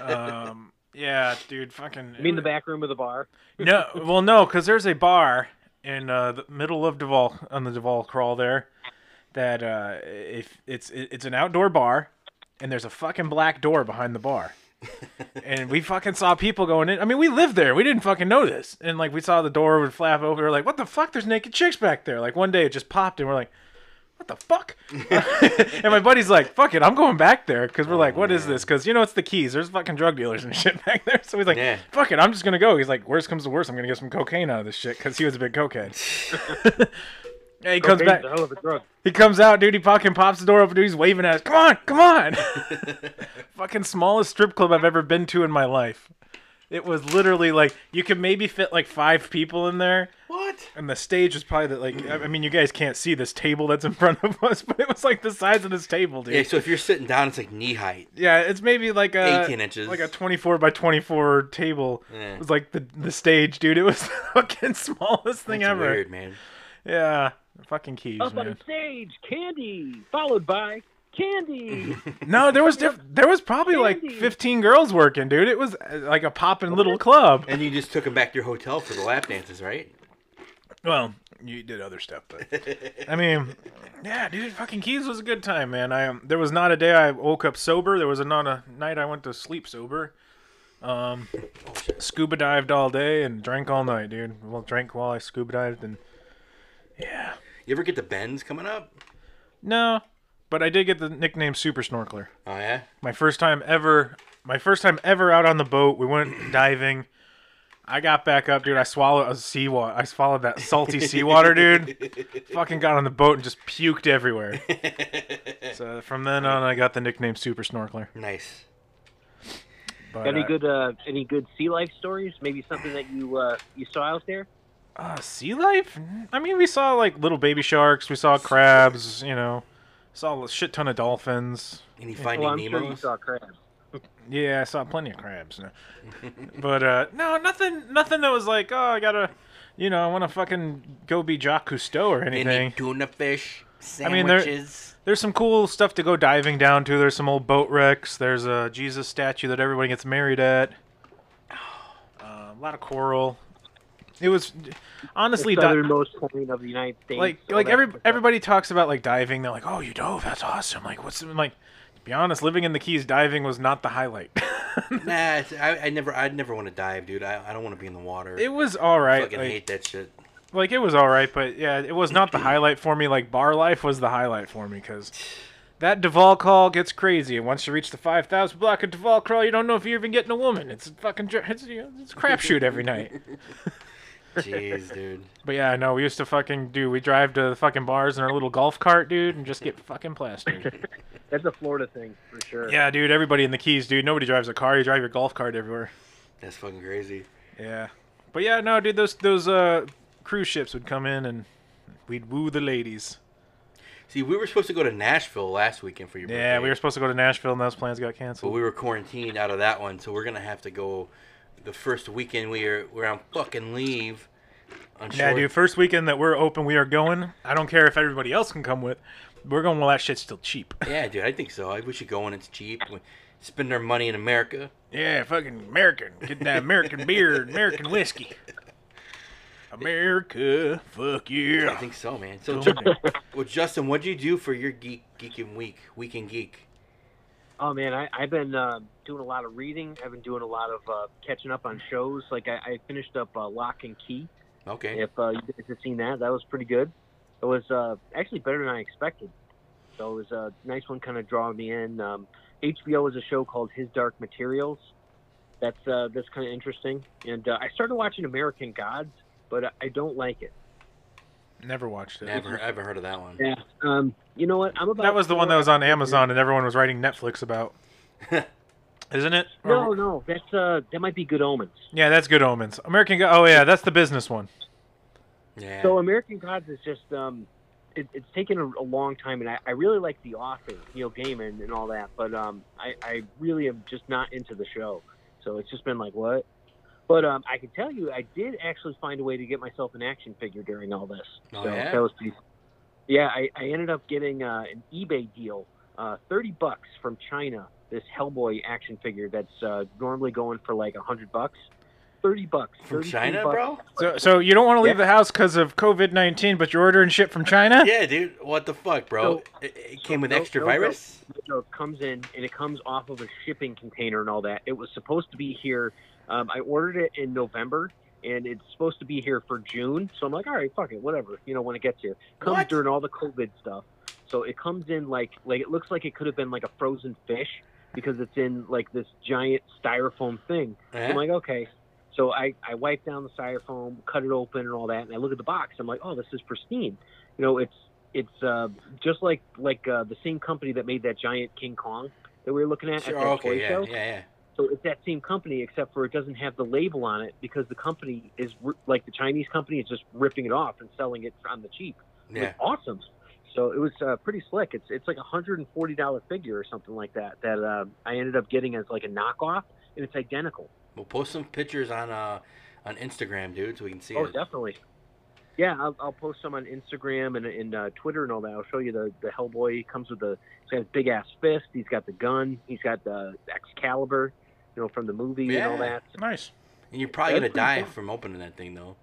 Speaker 1: Um, yeah, dude, fucking.
Speaker 4: I mean, the back room of the bar.
Speaker 1: No, well, no, because there's a bar in uh, the middle of Duval on the Duval crawl there. That uh, if it's it- it's an outdoor bar, and there's a fucking black door behind the bar, and we fucking saw people going in. I mean, we lived there, we didn't fucking know this, and like we saw the door would flap open. We were like, "What the fuck? There's naked chicks back there!" Like one day it just popped, and we're like. What the fuck? and my buddy's like, "Fuck it, I'm going back there." Because we're like, "What is this?" Because you know it's the keys. There's fucking drug dealers and shit back there. So he's like,
Speaker 2: Yeah.
Speaker 1: fuck it, I'm just gonna go. He's like, worst comes to worst, I'm gonna get some cocaine out of this shit because he was a big cokehead. yeah, he comes
Speaker 4: Cocaine's
Speaker 1: back.
Speaker 4: a hell of a drug.
Speaker 1: He comes out, dude. He fucking pops the door open, dude. He's waving at us. Come on, come on. fucking smallest strip club I've ever been to in my life. It was literally like you could maybe fit like five people in there,
Speaker 2: What?
Speaker 1: and the stage was probably the, like I I mean you guys can't see this table that's in front of us, but it was like the size of this table, dude.
Speaker 2: Yeah, so if you're sitting down, it's like knee height.
Speaker 1: Yeah, it's maybe like a
Speaker 2: 18 inches.
Speaker 1: like a 24 by 24 table.
Speaker 2: Yeah.
Speaker 1: It was like the the stage, dude. It was the fucking smallest thing
Speaker 2: It's
Speaker 1: ever.
Speaker 2: weird, man.
Speaker 1: Yeah, fucking keys,
Speaker 4: Up on
Speaker 1: man.
Speaker 4: stage, candy, followed by candy.
Speaker 1: No, there was diff- there was probably like
Speaker 4: Candy.
Speaker 1: 15 girls working, dude. It was uh, like a poppin' little club.
Speaker 2: And you just took him back to your hotel for the lap dances, right?
Speaker 1: Well, you did other stuff, but I mean, yeah, dude, fucking Keys was a good time, man. I um, there was not a day I woke up sober. There was not a night I went to sleep sober. Um, scuba dived all day and drank all night, dude. Well, drank while I scuba dived, and
Speaker 2: You ever get the bends coming up?
Speaker 1: no, but I did get the nickname Super Snorkeler.
Speaker 2: Oh yeah.
Speaker 1: my first time ever my first time ever out on the boat we went diving i got back up dude i swallowed a seawater i swallowed that salty seawater dude fucking got on the boat and just puked everywhere so from then on i got the nickname super snorkeler
Speaker 2: Nice.
Speaker 1: but
Speaker 4: Got any
Speaker 1: uh,
Speaker 4: good uh, any good sea life stories? Maybe something that you uh, you saw out there.
Speaker 1: uh, sea life i mean we saw like little baby sharks we saw crabs you know saw a shit ton of dolphins
Speaker 2: Any finding
Speaker 4: well, I'm
Speaker 2: Nemo?
Speaker 4: sure you saw crabs.
Speaker 1: Yeah, I saw plenty of crabs. but uh, no, nothing, nothing that was like, oh, I gotta, you know, I want to fucking go be Jacques Cousteau or anything.
Speaker 2: Any tuna fish
Speaker 1: I mean, there-
Speaker 2: sandwiches?
Speaker 1: There's some cool stuff to go diving down to. There's some old boat wrecks. There's a Jesus statue that everybody gets married at. Uh, a lot of coral. It was honestly
Speaker 4: the
Speaker 1: di-
Speaker 4: southernmost point of the United States.
Speaker 1: like
Speaker 2: Oh,
Speaker 4: all
Speaker 1: like
Speaker 4: that
Speaker 1: every
Speaker 4: stuff.
Speaker 1: everybody talks about like diving. They're like, oh, you dove? That's awesome. Like, what's I'm like? To be honest, living in the Keys, diving was not the highlight.
Speaker 2: Nah, it's, I, I never, I'd never want to dive, dude. I, I don't want to be in the water.
Speaker 1: it was all right.
Speaker 2: fucking
Speaker 1: like,
Speaker 2: hate that shit.
Speaker 1: like it was all right, but yeah, it was not the highlight for me. Like bar life was the highlight for me because that Duval call gets crazy, and once you reach the five thousand block of Duval crawl, you don't know if you're even getting a woman. It's a fucking dr- it's, you know, it's a crapshoot every night.
Speaker 2: Jeez, dude.
Speaker 1: But yeah, no, we used to fucking do. We drive to the fucking bars in our little golf cart, dude, and just get fucking plastered.
Speaker 4: That's a Florida thing for sure.
Speaker 1: yeah, dude, everybody in the Keys, dude. Nobody drives a car. You drive your golf cart everywhere.
Speaker 2: That's fucking crazy.
Speaker 1: Yeah, but yeah, no, dude, those those uh cruise ships would come in and we'd woo the ladies.
Speaker 2: See, we were supposed to go to Nashville last weekend for your birthday.
Speaker 1: Yeah, we were supposed to go to Nashville, and those plans got
Speaker 2: But
Speaker 1: canceled.
Speaker 2: we were quarantined out of that one, so we're gonna have to go the first weekend we are we're on fucking leave. On
Speaker 1: Yeah,
Speaker 2: short-
Speaker 1: dude. First weekend that we're open, we are going. I don't care if everybody else can come with. We're going while that shit's still cheap.
Speaker 2: Yeah, dude, I think so. I wish you go when it's cheap. We spend our money in America.
Speaker 1: Yeah, fucking American. Get that American beer, and American whiskey. America, fuck
Speaker 2: I
Speaker 1: yeah.
Speaker 2: think so, man. So,
Speaker 1: Go in
Speaker 2: Ju- well, Justin, what'd you do for your geek geeking week? Weekend geek.
Speaker 4: Oh man, I, I've been uh, doing a lot of reading. I've been doing a lot of uh, catching up on shows. Like I, I finished up uh, Lock and Key.
Speaker 2: Okay.
Speaker 4: If uh, you guys have seen that, that was pretty good. It was uh, actually better than I expected. So it was a nice one, kind of drawing me in. Um, HBO is a show called His Dark Materials. That's uh, that's kind of interesting. And uh, I started watching American Gods, but I- I don't like it.
Speaker 1: Never watched it.
Speaker 2: Never, ever heard of that one.
Speaker 4: Yeah. Um, you know what? I'm about.
Speaker 1: That was the one that was on Amazon, and everyone was writing Netflix about. Isn't it? Or-
Speaker 4: No, no, that's uh, that might be Good Omens.
Speaker 1: Yeah, that's Good Omens. American. Go- oh yeah, that's the business one.
Speaker 2: Yeah.
Speaker 4: So American Gods is just um, it, it's taken a, a long time, and I, I really like the author Neil Gaiman and all that, but um, I, I really am just not into the show. So it's just been like what. But um, I can tell you, I did actually find a way to get myself an action figure during all this.
Speaker 2: Oh,
Speaker 4: so
Speaker 2: yeah?
Speaker 4: that was pretty. Yeah, I, I ended up getting uh, an eBay deal, uh, thirty bucks from China. This Hellboy action figure that's uh, normally going for like a hundred bucks, thirty bucks.
Speaker 2: From
Speaker 4: 33
Speaker 2: China,
Speaker 4: bucks.
Speaker 2: bro?
Speaker 1: So, so you don't want to leave the
Speaker 4: Yeah.
Speaker 1: house because of COVID nineteen, but you're ordering shit from China.
Speaker 2: Yeah, dude. What the fuck, bro?
Speaker 4: So-
Speaker 2: it, it came with
Speaker 4: no,
Speaker 2: extra
Speaker 4: no, no.
Speaker 2: virus?
Speaker 4: So it comes in and it comes off of a shipping container and all that. It was supposed to be here. Um, I ordered it in November and it's supposed to be here for June. So I'm like, all right, fuck it, whatever. You know, when it gets here, comes
Speaker 2: What?
Speaker 4: during all the COVID stuff. So it comes in like like it looks like it could have been like a frozen fish because it's in like this giant styrofoam thing.
Speaker 2: Yeah.
Speaker 4: I'm like, okay. So I, I wipe down the styrofoam, cut it open and all that, and I look at the box. I'm like, oh, this is pristine. You know, it's it's uh, just like like uh, the same company that made that giant King Kong that we were looking at
Speaker 2: Sure,
Speaker 4: at that
Speaker 2: okay,
Speaker 4: toy
Speaker 2: yeah,
Speaker 4: show.
Speaker 2: yeah, yeah.
Speaker 4: So it's that same company, except for it doesn't have the label on it because the company is ri- like the Chinese company is just ripping it off and selling it on the cheap. It
Speaker 2: Yeah.
Speaker 4: was awesome. So it was uh, pretty slick. It's it's like a hundred and forty dollar figure or something like that that uh, I ended up getting as like a knockoff, and it's identical.
Speaker 2: We'll post some pictures on uh on Instagram, dude, so we can see
Speaker 4: Oh,
Speaker 2: it.
Speaker 4: definitely. Yeah, I'll, I'll post some on Instagram and and uh, Twitter and all that. I'll show you the the Hellboy. He comes with the he's got a big ass fist. He's got the gun. He's got the Excalibur, you know, from the movie and all
Speaker 2: Yeah.
Speaker 4: that.
Speaker 1: Nice.
Speaker 2: And you're probably
Speaker 4: That's
Speaker 2: gonna
Speaker 4: pretty
Speaker 2: die
Speaker 4: cool.
Speaker 2: from opening that thing, though.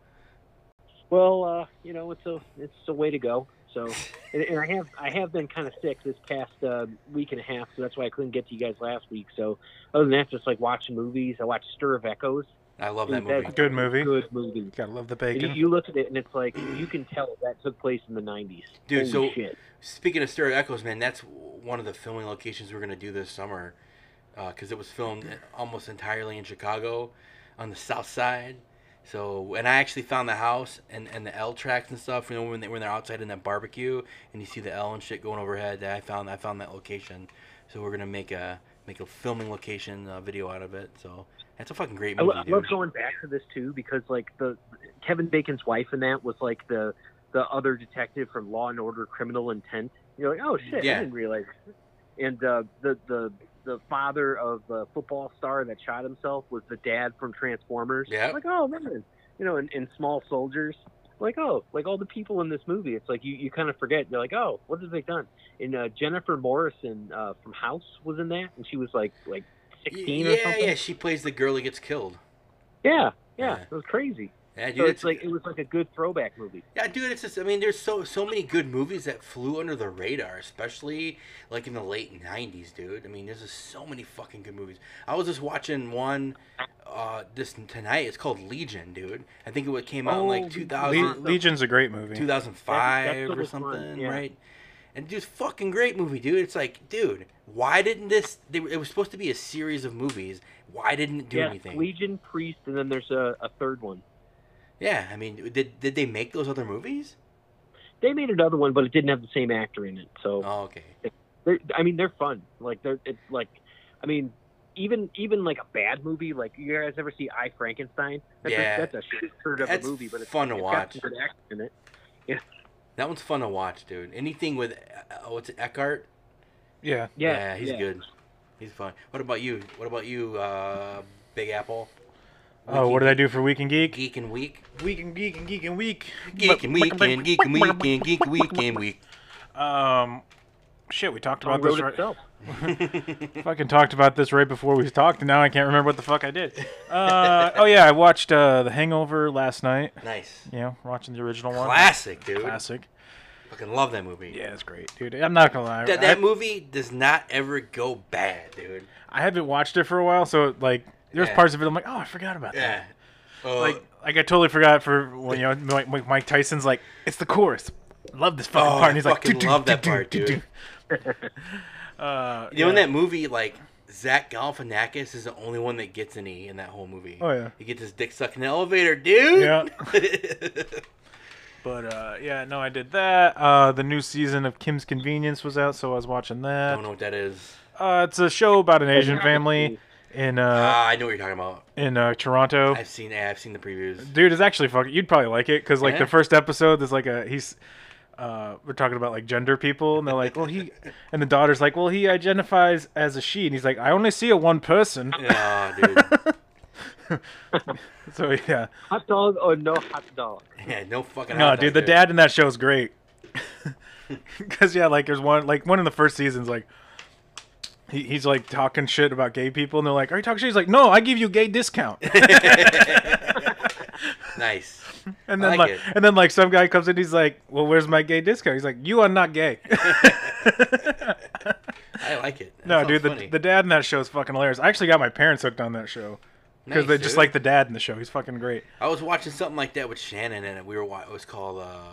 Speaker 4: Well, uh, you know, it's a it's a way to go. So, and, and I have I have been kind of sick this past uh, week and a half, so that's why I couldn't get to you guys last week. So, other than that, just like watching movies. I watched Stir of Echoes.
Speaker 2: I love that
Speaker 4: Dude,
Speaker 2: movie.
Speaker 1: Good movie.
Speaker 4: Good movie.
Speaker 1: Gotta love the
Speaker 4: And you,
Speaker 1: bacon.
Speaker 4: you look at it and it's like you can tell that took place in the '90s.
Speaker 2: Dude,
Speaker 4: Holy
Speaker 2: so-
Speaker 4: shit.
Speaker 2: Speaking of Stereo Echoes, man, that's one of the filming locations we're gonna do this summer, because it was filmed almost entirely in Chicago, on the South Side. So, and I actually found the house and, and the L tracks and stuff. You know, when they when they're outside in that barbecue and you see the L and shit going overhead, I found I found that location. So we're gonna make a make a filming location uh, video out of it. So that's a fucking great
Speaker 4: I,
Speaker 2: movie,
Speaker 4: lo- I
Speaker 2: dude.
Speaker 4: love going back to this too because like the Kevin Bacon's wife in that was like the the other detective from Law and Order: Criminal Intent. You're like, oh shit,
Speaker 2: Yeah.
Speaker 4: I didn't realize. And uh, the the the father of the football star that shot himself was the dad from Transformers.
Speaker 2: Yep.
Speaker 4: Like, oh man, you know, in, in Small Soldiers. Like, oh, like all the people in this movie. It's like you, you kind of forget. You're like, oh, what have they done? And uh, Jennifer Morrison uh, from House was in that, and she was like like
Speaker 2: Y-
Speaker 4: 16 or
Speaker 2: yeah,
Speaker 4: something.
Speaker 2: yeah, she plays the girl who gets killed.
Speaker 4: Yeah, Yeah,
Speaker 2: Yeah.
Speaker 4: it was crazy.
Speaker 2: Yeah, dude,
Speaker 4: So
Speaker 2: it's
Speaker 4: it's like it was like a good throwback movie.
Speaker 2: yeah, dude, it's just I mean, there's so so many good movies that flew under the radar, especially like in the late '90s, dude. I mean, there's just so many fucking good movies. I was just watching one uh this tonight. It's called Legion, dude. I think it wa- came out in
Speaker 4: Oh,
Speaker 2: like
Speaker 1: Le-
Speaker 2: 2000,
Speaker 1: Legion's a great movie.
Speaker 2: 2005
Speaker 4: That-
Speaker 2: or
Speaker 4: that's the one,
Speaker 2: something,
Speaker 4: yeah.
Speaker 2: right? And dude's fucking great movie, dude. It's like, dude, why didn't this? They, were- it was supposed to be a series of movies. Why didn't it do
Speaker 4: yeah,
Speaker 2: anything?
Speaker 4: Legion, Priest, and then there's a, a third one.
Speaker 2: Yeah, I mean, did did they make those other movies?
Speaker 4: They made another one, but it didn't have the same actor in it. So
Speaker 2: Oh, okay.
Speaker 4: they're, I mean, they're fun. Like they're it's like, I mean, even even like a bad movie. Like you guys ever see I Frankenstein? That's
Speaker 2: Yeah.
Speaker 4: a, that's a shit turd of
Speaker 2: That's
Speaker 4: a movie, but it's
Speaker 2: fun to
Speaker 4: it's
Speaker 2: watch.
Speaker 4: Got some good action in it.
Speaker 2: That one's fun to watch, dude. Anything with uh, what's it, Eckhart?
Speaker 1: Yeah.
Speaker 4: Yeah,
Speaker 2: he's
Speaker 4: yeah.
Speaker 2: good. He's fun. What about you? What about you, uh, Big Apple?
Speaker 1: Oh, what did I do for Week and Geek?
Speaker 2: Geek and week.
Speaker 1: Week and Geek and Geek and Week.
Speaker 2: Geek and week and geek and week and geek and week and week.
Speaker 1: Um, shit, we talked
Speaker 4: Song
Speaker 1: about
Speaker 4: wrote
Speaker 1: this right.
Speaker 4: itself.
Speaker 1: Fucking talked about this right before we talked, and now I can't remember what the fuck I did. Uh, oh yeah, I watched uh, The Hangover last night.
Speaker 2: Nice.
Speaker 1: You know, watching the original one.
Speaker 2: Classic, dude.
Speaker 1: Classic.
Speaker 2: Fucking love that movie.
Speaker 1: Yeah, it's great, dude. I'm not gonna lie.
Speaker 2: That, that movie does not ever go bad, dude.
Speaker 1: I, I haven't watched it for a while, so like, there's
Speaker 2: Yeah.
Speaker 1: parts of it I'm like, oh, I forgot about
Speaker 2: Yeah.
Speaker 1: that.
Speaker 2: Uh,
Speaker 1: Like, like I totally forgot for when you know Mike, Mike- Mike Tyson's like, it's the chorus. Love this fucking
Speaker 2: Oh,
Speaker 1: part.
Speaker 2: I
Speaker 1: And he's like,
Speaker 2: fucking
Speaker 1: "Do, do,
Speaker 2: love that
Speaker 1: do, do,
Speaker 2: part,
Speaker 1: do,
Speaker 2: dude."
Speaker 1: do." Uh,
Speaker 2: You know, in
Speaker 1: yeah.
Speaker 2: that movie, like Zach Galifianakis is the only one that gets an E in that whole movie.
Speaker 1: Oh, yeah.
Speaker 2: he gets his dick sucked in the elevator, dude.
Speaker 1: Yeah. But uh, yeah, no, I did that. Uh, the new season of Kim's Convenience was out, so I was watching that.
Speaker 2: Don't know what that is.
Speaker 1: Uh, it's a show about an Asian
Speaker 4: yeah.
Speaker 1: family in uh,
Speaker 2: Ah, I know what you're talking about.
Speaker 1: in uh, Toronto.
Speaker 2: I've seen I've seen the previews.
Speaker 1: Dude, it's actually fucking. You'd probably like it because like
Speaker 2: Yeah.
Speaker 1: the first episode, there's like a he's. Uh, we're talking about like gender people, and they're like, "Well, he," and the daughter's like, "Well, he identifies as a she," and he's like, "I only see a one person."
Speaker 2: Yeah, dude.
Speaker 1: So yeah,
Speaker 4: Hot dog or no hot dog?
Speaker 2: Yeah, no fucking.
Speaker 1: no,
Speaker 2: hot dog,
Speaker 1: dude, the dad in that show is great. Because yeah, like there's one like one in the first season's like he, he's like talking shit about gay people, and they're like, "Are you talking shit?" He's like, "No, I give you gay discount."
Speaker 2: Nice.
Speaker 1: And
Speaker 2: I
Speaker 1: then
Speaker 2: like
Speaker 1: like,
Speaker 2: it.
Speaker 1: and then like some guy comes in, he's like, "Well, where's my gay discount?" He's like, "You are not gay."
Speaker 2: I like it. That
Speaker 1: no,
Speaker 2: sounds
Speaker 1: dude, the,
Speaker 2: funny.
Speaker 1: the dad in that show is fucking hilarious. I actually got my parents hooked on that show because
Speaker 2: Nice,
Speaker 1: they just
Speaker 2: dude.
Speaker 1: like the dad in the show. He's fucking great.
Speaker 2: I was watching something like that with Shannon, and we were. wa- It was called uh,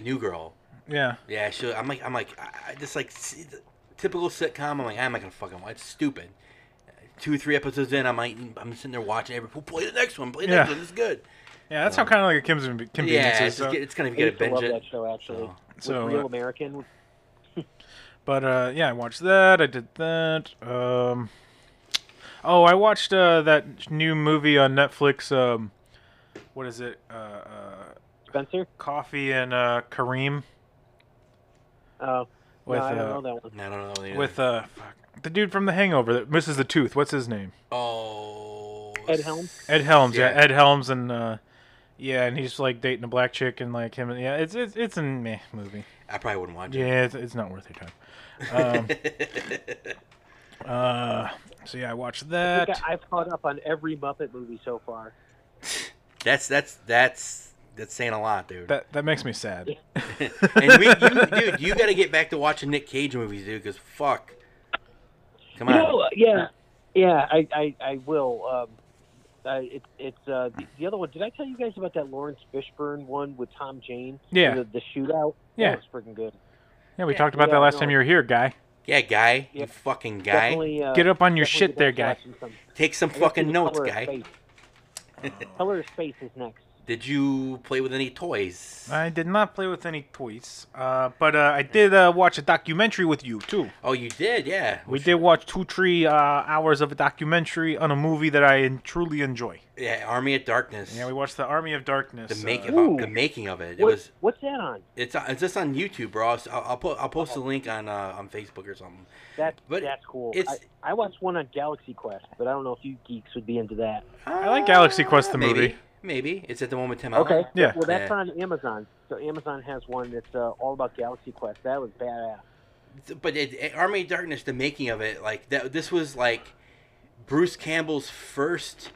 Speaker 2: New Girl.
Speaker 1: Yeah,
Speaker 2: Yeah, she. I'm like, I'm like, I, I just like see the typical sitcom. I'm like, I'm not gonna fucking. watch. It's stupid. Two, three episodes in, I'm like, I'm sitting there watching. Every, play the next one. Play the next
Speaker 1: Yeah.
Speaker 2: one. It's good.
Speaker 1: yeah, that's how kind of like a Kim's Conven- convenience is.
Speaker 2: Yeah, it's,
Speaker 1: So.
Speaker 2: just, get- it's gonna
Speaker 4: I
Speaker 2: get
Speaker 4: used
Speaker 2: a
Speaker 4: to
Speaker 2: binge.
Speaker 4: love
Speaker 2: it.
Speaker 4: that show actually.
Speaker 2: So-
Speaker 4: With
Speaker 1: So,
Speaker 4: Real
Speaker 1: uh,
Speaker 4: American.
Speaker 1: But uh, yeah, I watched that. I did that. Um, oh, I watched uh, that new movie on Netflix. Um, what is it? Uh, uh,
Speaker 4: Spencer.
Speaker 1: Coffee and uh, Kareem
Speaker 4: Oh,
Speaker 1: with
Speaker 4: no, I
Speaker 1: uh,
Speaker 4: don't know that one.
Speaker 2: I don't know. either.
Speaker 1: with uh, fuck, the dude from The Hangover that misses the tooth. What's his name?
Speaker 2: oh
Speaker 4: Ed Helms?
Speaker 1: Ed Helms. Yeah,
Speaker 2: Yeah.
Speaker 1: Ed Helms and uh, yeah, and he's like dating a black chick and like him. And, yeah, it's it's it's a meh movie.
Speaker 2: I probably wouldn't watch it.
Speaker 1: Yeah, it's, it's not worth your time. Um, uh, so yeah, I watched
Speaker 4: I
Speaker 1: that.
Speaker 4: think I- I've caught up on every Muppet movie so far.
Speaker 2: That's that's that's that's saying a lot, dude.
Speaker 1: That that makes me sad.
Speaker 2: and we, you, dude, you got to get back to watching Nick Cage movies, dude. Because fuck, come
Speaker 4: You
Speaker 2: on.
Speaker 4: know, uh, yeah, yeah, I, I, I will. Um, uh, it, it's uh, the, the other one. Did I tell you guys about that Lawrence Fishburne one with Tom Jane?
Speaker 1: Yeah.
Speaker 4: The, the shootout.
Speaker 1: Yeah.
Speaker 4: That was freaking good.
Speaker 1: Yeah, we
Speaker 2: Yeah,
Speaker 1: talked about that
Speaker 4: yeah,
Speaker 1: last
Speaker 4: no.
Speaker 1: time you were here, guy.
Speaker 2: yeah, guy, you
Speaker 4: Yeah.
Speaker 2: fucking guy,
Speaker 4: Definitely. Uh,
Speaker 1: Get up on your
Speaker 4: definitely
Speaker 1: shit
Speaker 4: get
Speaker 1: there,
Speaker 4: back to
Speaker 1: guy.
Speaker 4: watching some-
Speaker 2: take some
Speaker 4: I guess
Speaker 2: fucking
Speaker 4: it's
Speaker 2: notes,
Speaker 4: Color of
Speaker 2: guy.
Speaker 4: Space. Color of Space is next.
Speaker 2: Did you play with any toys?
Speaker 1: I did not play with any toys, uh, but uh, I did uh, watch a documentary with you too.
Speaker 2: oh, you did, yeah.
Speaker 1: We did watch two, three uh, hours of a documentary on a movie that I en- truly enjoy.
Speaker 2: Yeah, Army of Darkness.
Speaker 1: Yeah, we watched the Army of Darkness.
Speaker 2: the making
Speaker 1: uh,
Speaker 2: of
Speaker 4: Ooh.
Speaker 2: the making of it. It
Speaker 4: What-
Speaker 2: was
Speaker 4: What's that on?
Speaker 2: it's uh, it's just on YouTube, bro. I'll I'll, I'll, put, I'll post the link on uh, on Facebook or something.
Speaker 4: That,
Speaker 2: But
Speaker 4: that's cool.
Speaker 2: it's-
Speaker 4: I, I watched one on Galaxy Quest, but I don't know if you geeks would be into that.
Speaker 2: I
Speaker 1: like Galaxy Quest, the
Speaker 2: maybe,
Speaker 1: movie.
Speaker 2: Maybe it's at the moment Tim.
Speaker 4: Okay.
Speaker 2: Allen.
Speaker 1: Yeah.
Speaker 4: Well, that's
Speaker 2: Yeah.
Speaker 4: on Amazon. So Amazon has one that's uh, all about Galaxy Quest. That was badass.
Speaker 2: but it, it- Army of Darkness, the making of it, like that. This was like Bruce Campbell's first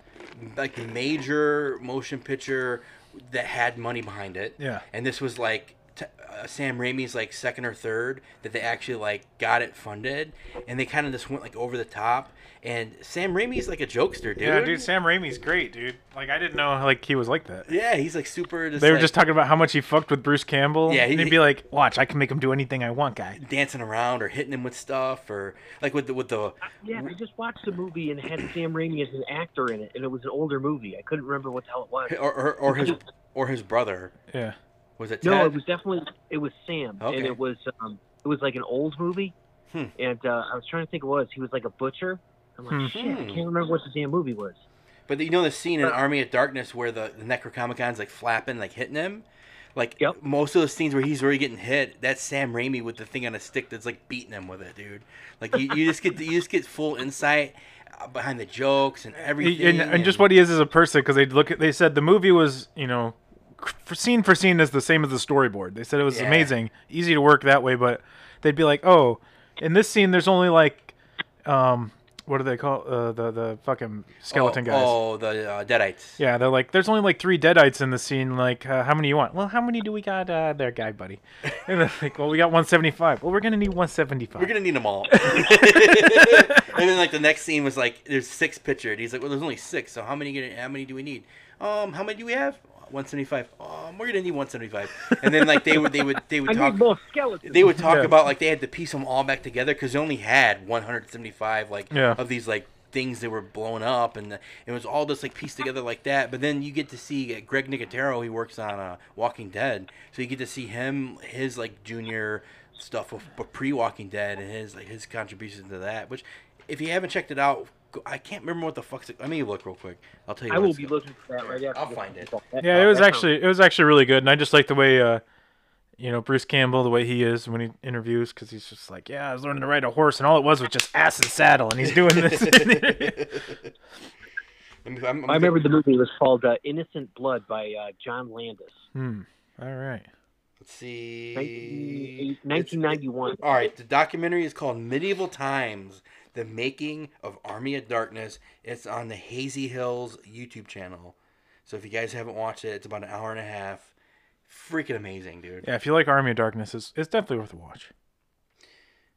Speaker 2: like the major motion picture that had money behind it.
Speaker 1: Yeah.
Speaker 2: And this was like t- uh, Sam Raimi's like second or third that they actually like got it funded, and they kind of just went like over the top. And Sam Raimi's like a jokester, dude.
Speaker 1: Yeah, dude, Sam Raimi's great, dude. Like I didn't know like he was like that.
Speaker 2: Yeah, he's like super. Just,
Speaker 1: They were
Speaker 2: like,
Speaker 1: just talking about how much he fucked with Bruce Campbell.
Speaker 2: Yeah,
Speaker 1: and
Speaker 2: he-
Speaker 1: he'd be like, "Watch, I can make him do anything I want, guy."
Speaker 2: dancing around or hitting him with stuff or like with the with the
Speaker 4: Yeah, I just watched the movie and it had Sam Raimi as an actor in it, and it was an older movie. I couldn't remember what the hell it was.
Speaker 2: or or, or his or his brother
Speaker 1: Yeah,
Speaker 2: was it? Ted?
Speaker 4: No, it was definitely it was Sam,
Speaker 2: Okay.
Speaker 4: and it was um, it was like an old movie,
Speaker 2: Hmm.
Speaker 4: and uh, I was trying to think it was he was like a butcher. I'm like,
Speaker 1: Hmm.
Speaker 4: shit, I
Speaker 2: Hmm.
Speaker 4: can't remember what the damn movie was.
Speaker 2: But you know the scene in Army of Darkness where the, the Necrocomicon's like flapping, like hitting him? Like
Speaker 4: Yep.
Speaker 2: most of those scenes where he's already getting hit, that's Sam Raimi with the thing on a stick that's like beating him with it, dude. Like you, you just get you just get full insight uh, behind the jokes and everything.
Speaker 1: He- and, and just what he is as a person, because they look at they said the movie was you know, c- for scene for scene is the same as the storyboard. They said it was
Speaker 2: Yeah.
Speaker 1: amazing, easy to work that way, but they'd be like, "Oh, in this scene, there's only like, um, what do they call uh, the the fucking skeleton
Speaker 2: oh,
Speaker 1: guys?"
Speaker 2: Oh, the uh, Deadites.
Speaker 1: Yeah, they're like, there's only like three deadites in the scene. Like, uh, how many you want? Well, how many do we got uh, there, guy buddy? And they're like, well, we got 175. Well, we're gonna need 175.
Speaker 2: We're gonna need them all. and then like the next scene was like, there's six pictured. He's like, well, there's only six. So how many? Gonna, how many do we need? Um, how many do we have? 175. Um, we're gonna need 175. And then like they would they would they would
Speaker 4: I
Speaker 2: talk.
Speaker 4: need more skeletons.
Speaker 2: they would talk
Speaker 1: Yeah.
Speaker 2: about like they had to piece them all back together because they only had 175 like
Speaker 1: Yeah.
Speaker 2: of these like things that were blown up and the, it was all just like pieced together like that but then you get to see uh, greg nicotero he works on uh, walking dead so you get to see him his like junior stuff of of pre-walking dead and his like his contribution to that which if you haven't checked it out go- i can't remember what the fuck's it, let me look real quick i'll tell you
Speaker 4: I
Speaker 2: what
Speaker 4: will
Speaker 2: it's
Speaker 4: be
Speaker 2: called.
Speaker 4: looking for that right after.
Speaker 2: I'll
Speaker 4: this
Speaker 2: find it.
Speaker 4: phone call.
Speaker 1: yeah, it
Speaker 4: That-
Speaker 1: was
Speaker 4: that
Speaker 1: actually it was actually really good, and I just like the way uh, you know Bruce Campbell the way he is when he interviews because he's just like, yeah, I was learning to ride a horse, and all it was was just ass and saddle, and he's doing this.
Speaker 2: Let me- I'm- I'm
Speaker 4: sounds- I remember the movie was called uh, Innocent Blood by uh, John Landis,
Speaker 1: hmm. All right.
Speaker 2: Let's see.
Speaker 4: 19-
Speaker 2: It's-
Speaker 4: 1991.
Speaker 2: All right, the documentary is called Medieval Times: The Making of Army of Darkness. It's on the Hazy Hills YouTube channel. So if you guys haven't watched it, it's about an hour and a half. Freaking amazing, dude.
Speaker 1: Yeah, if you like Army of Darkness, it's, it's definitely worth a watch.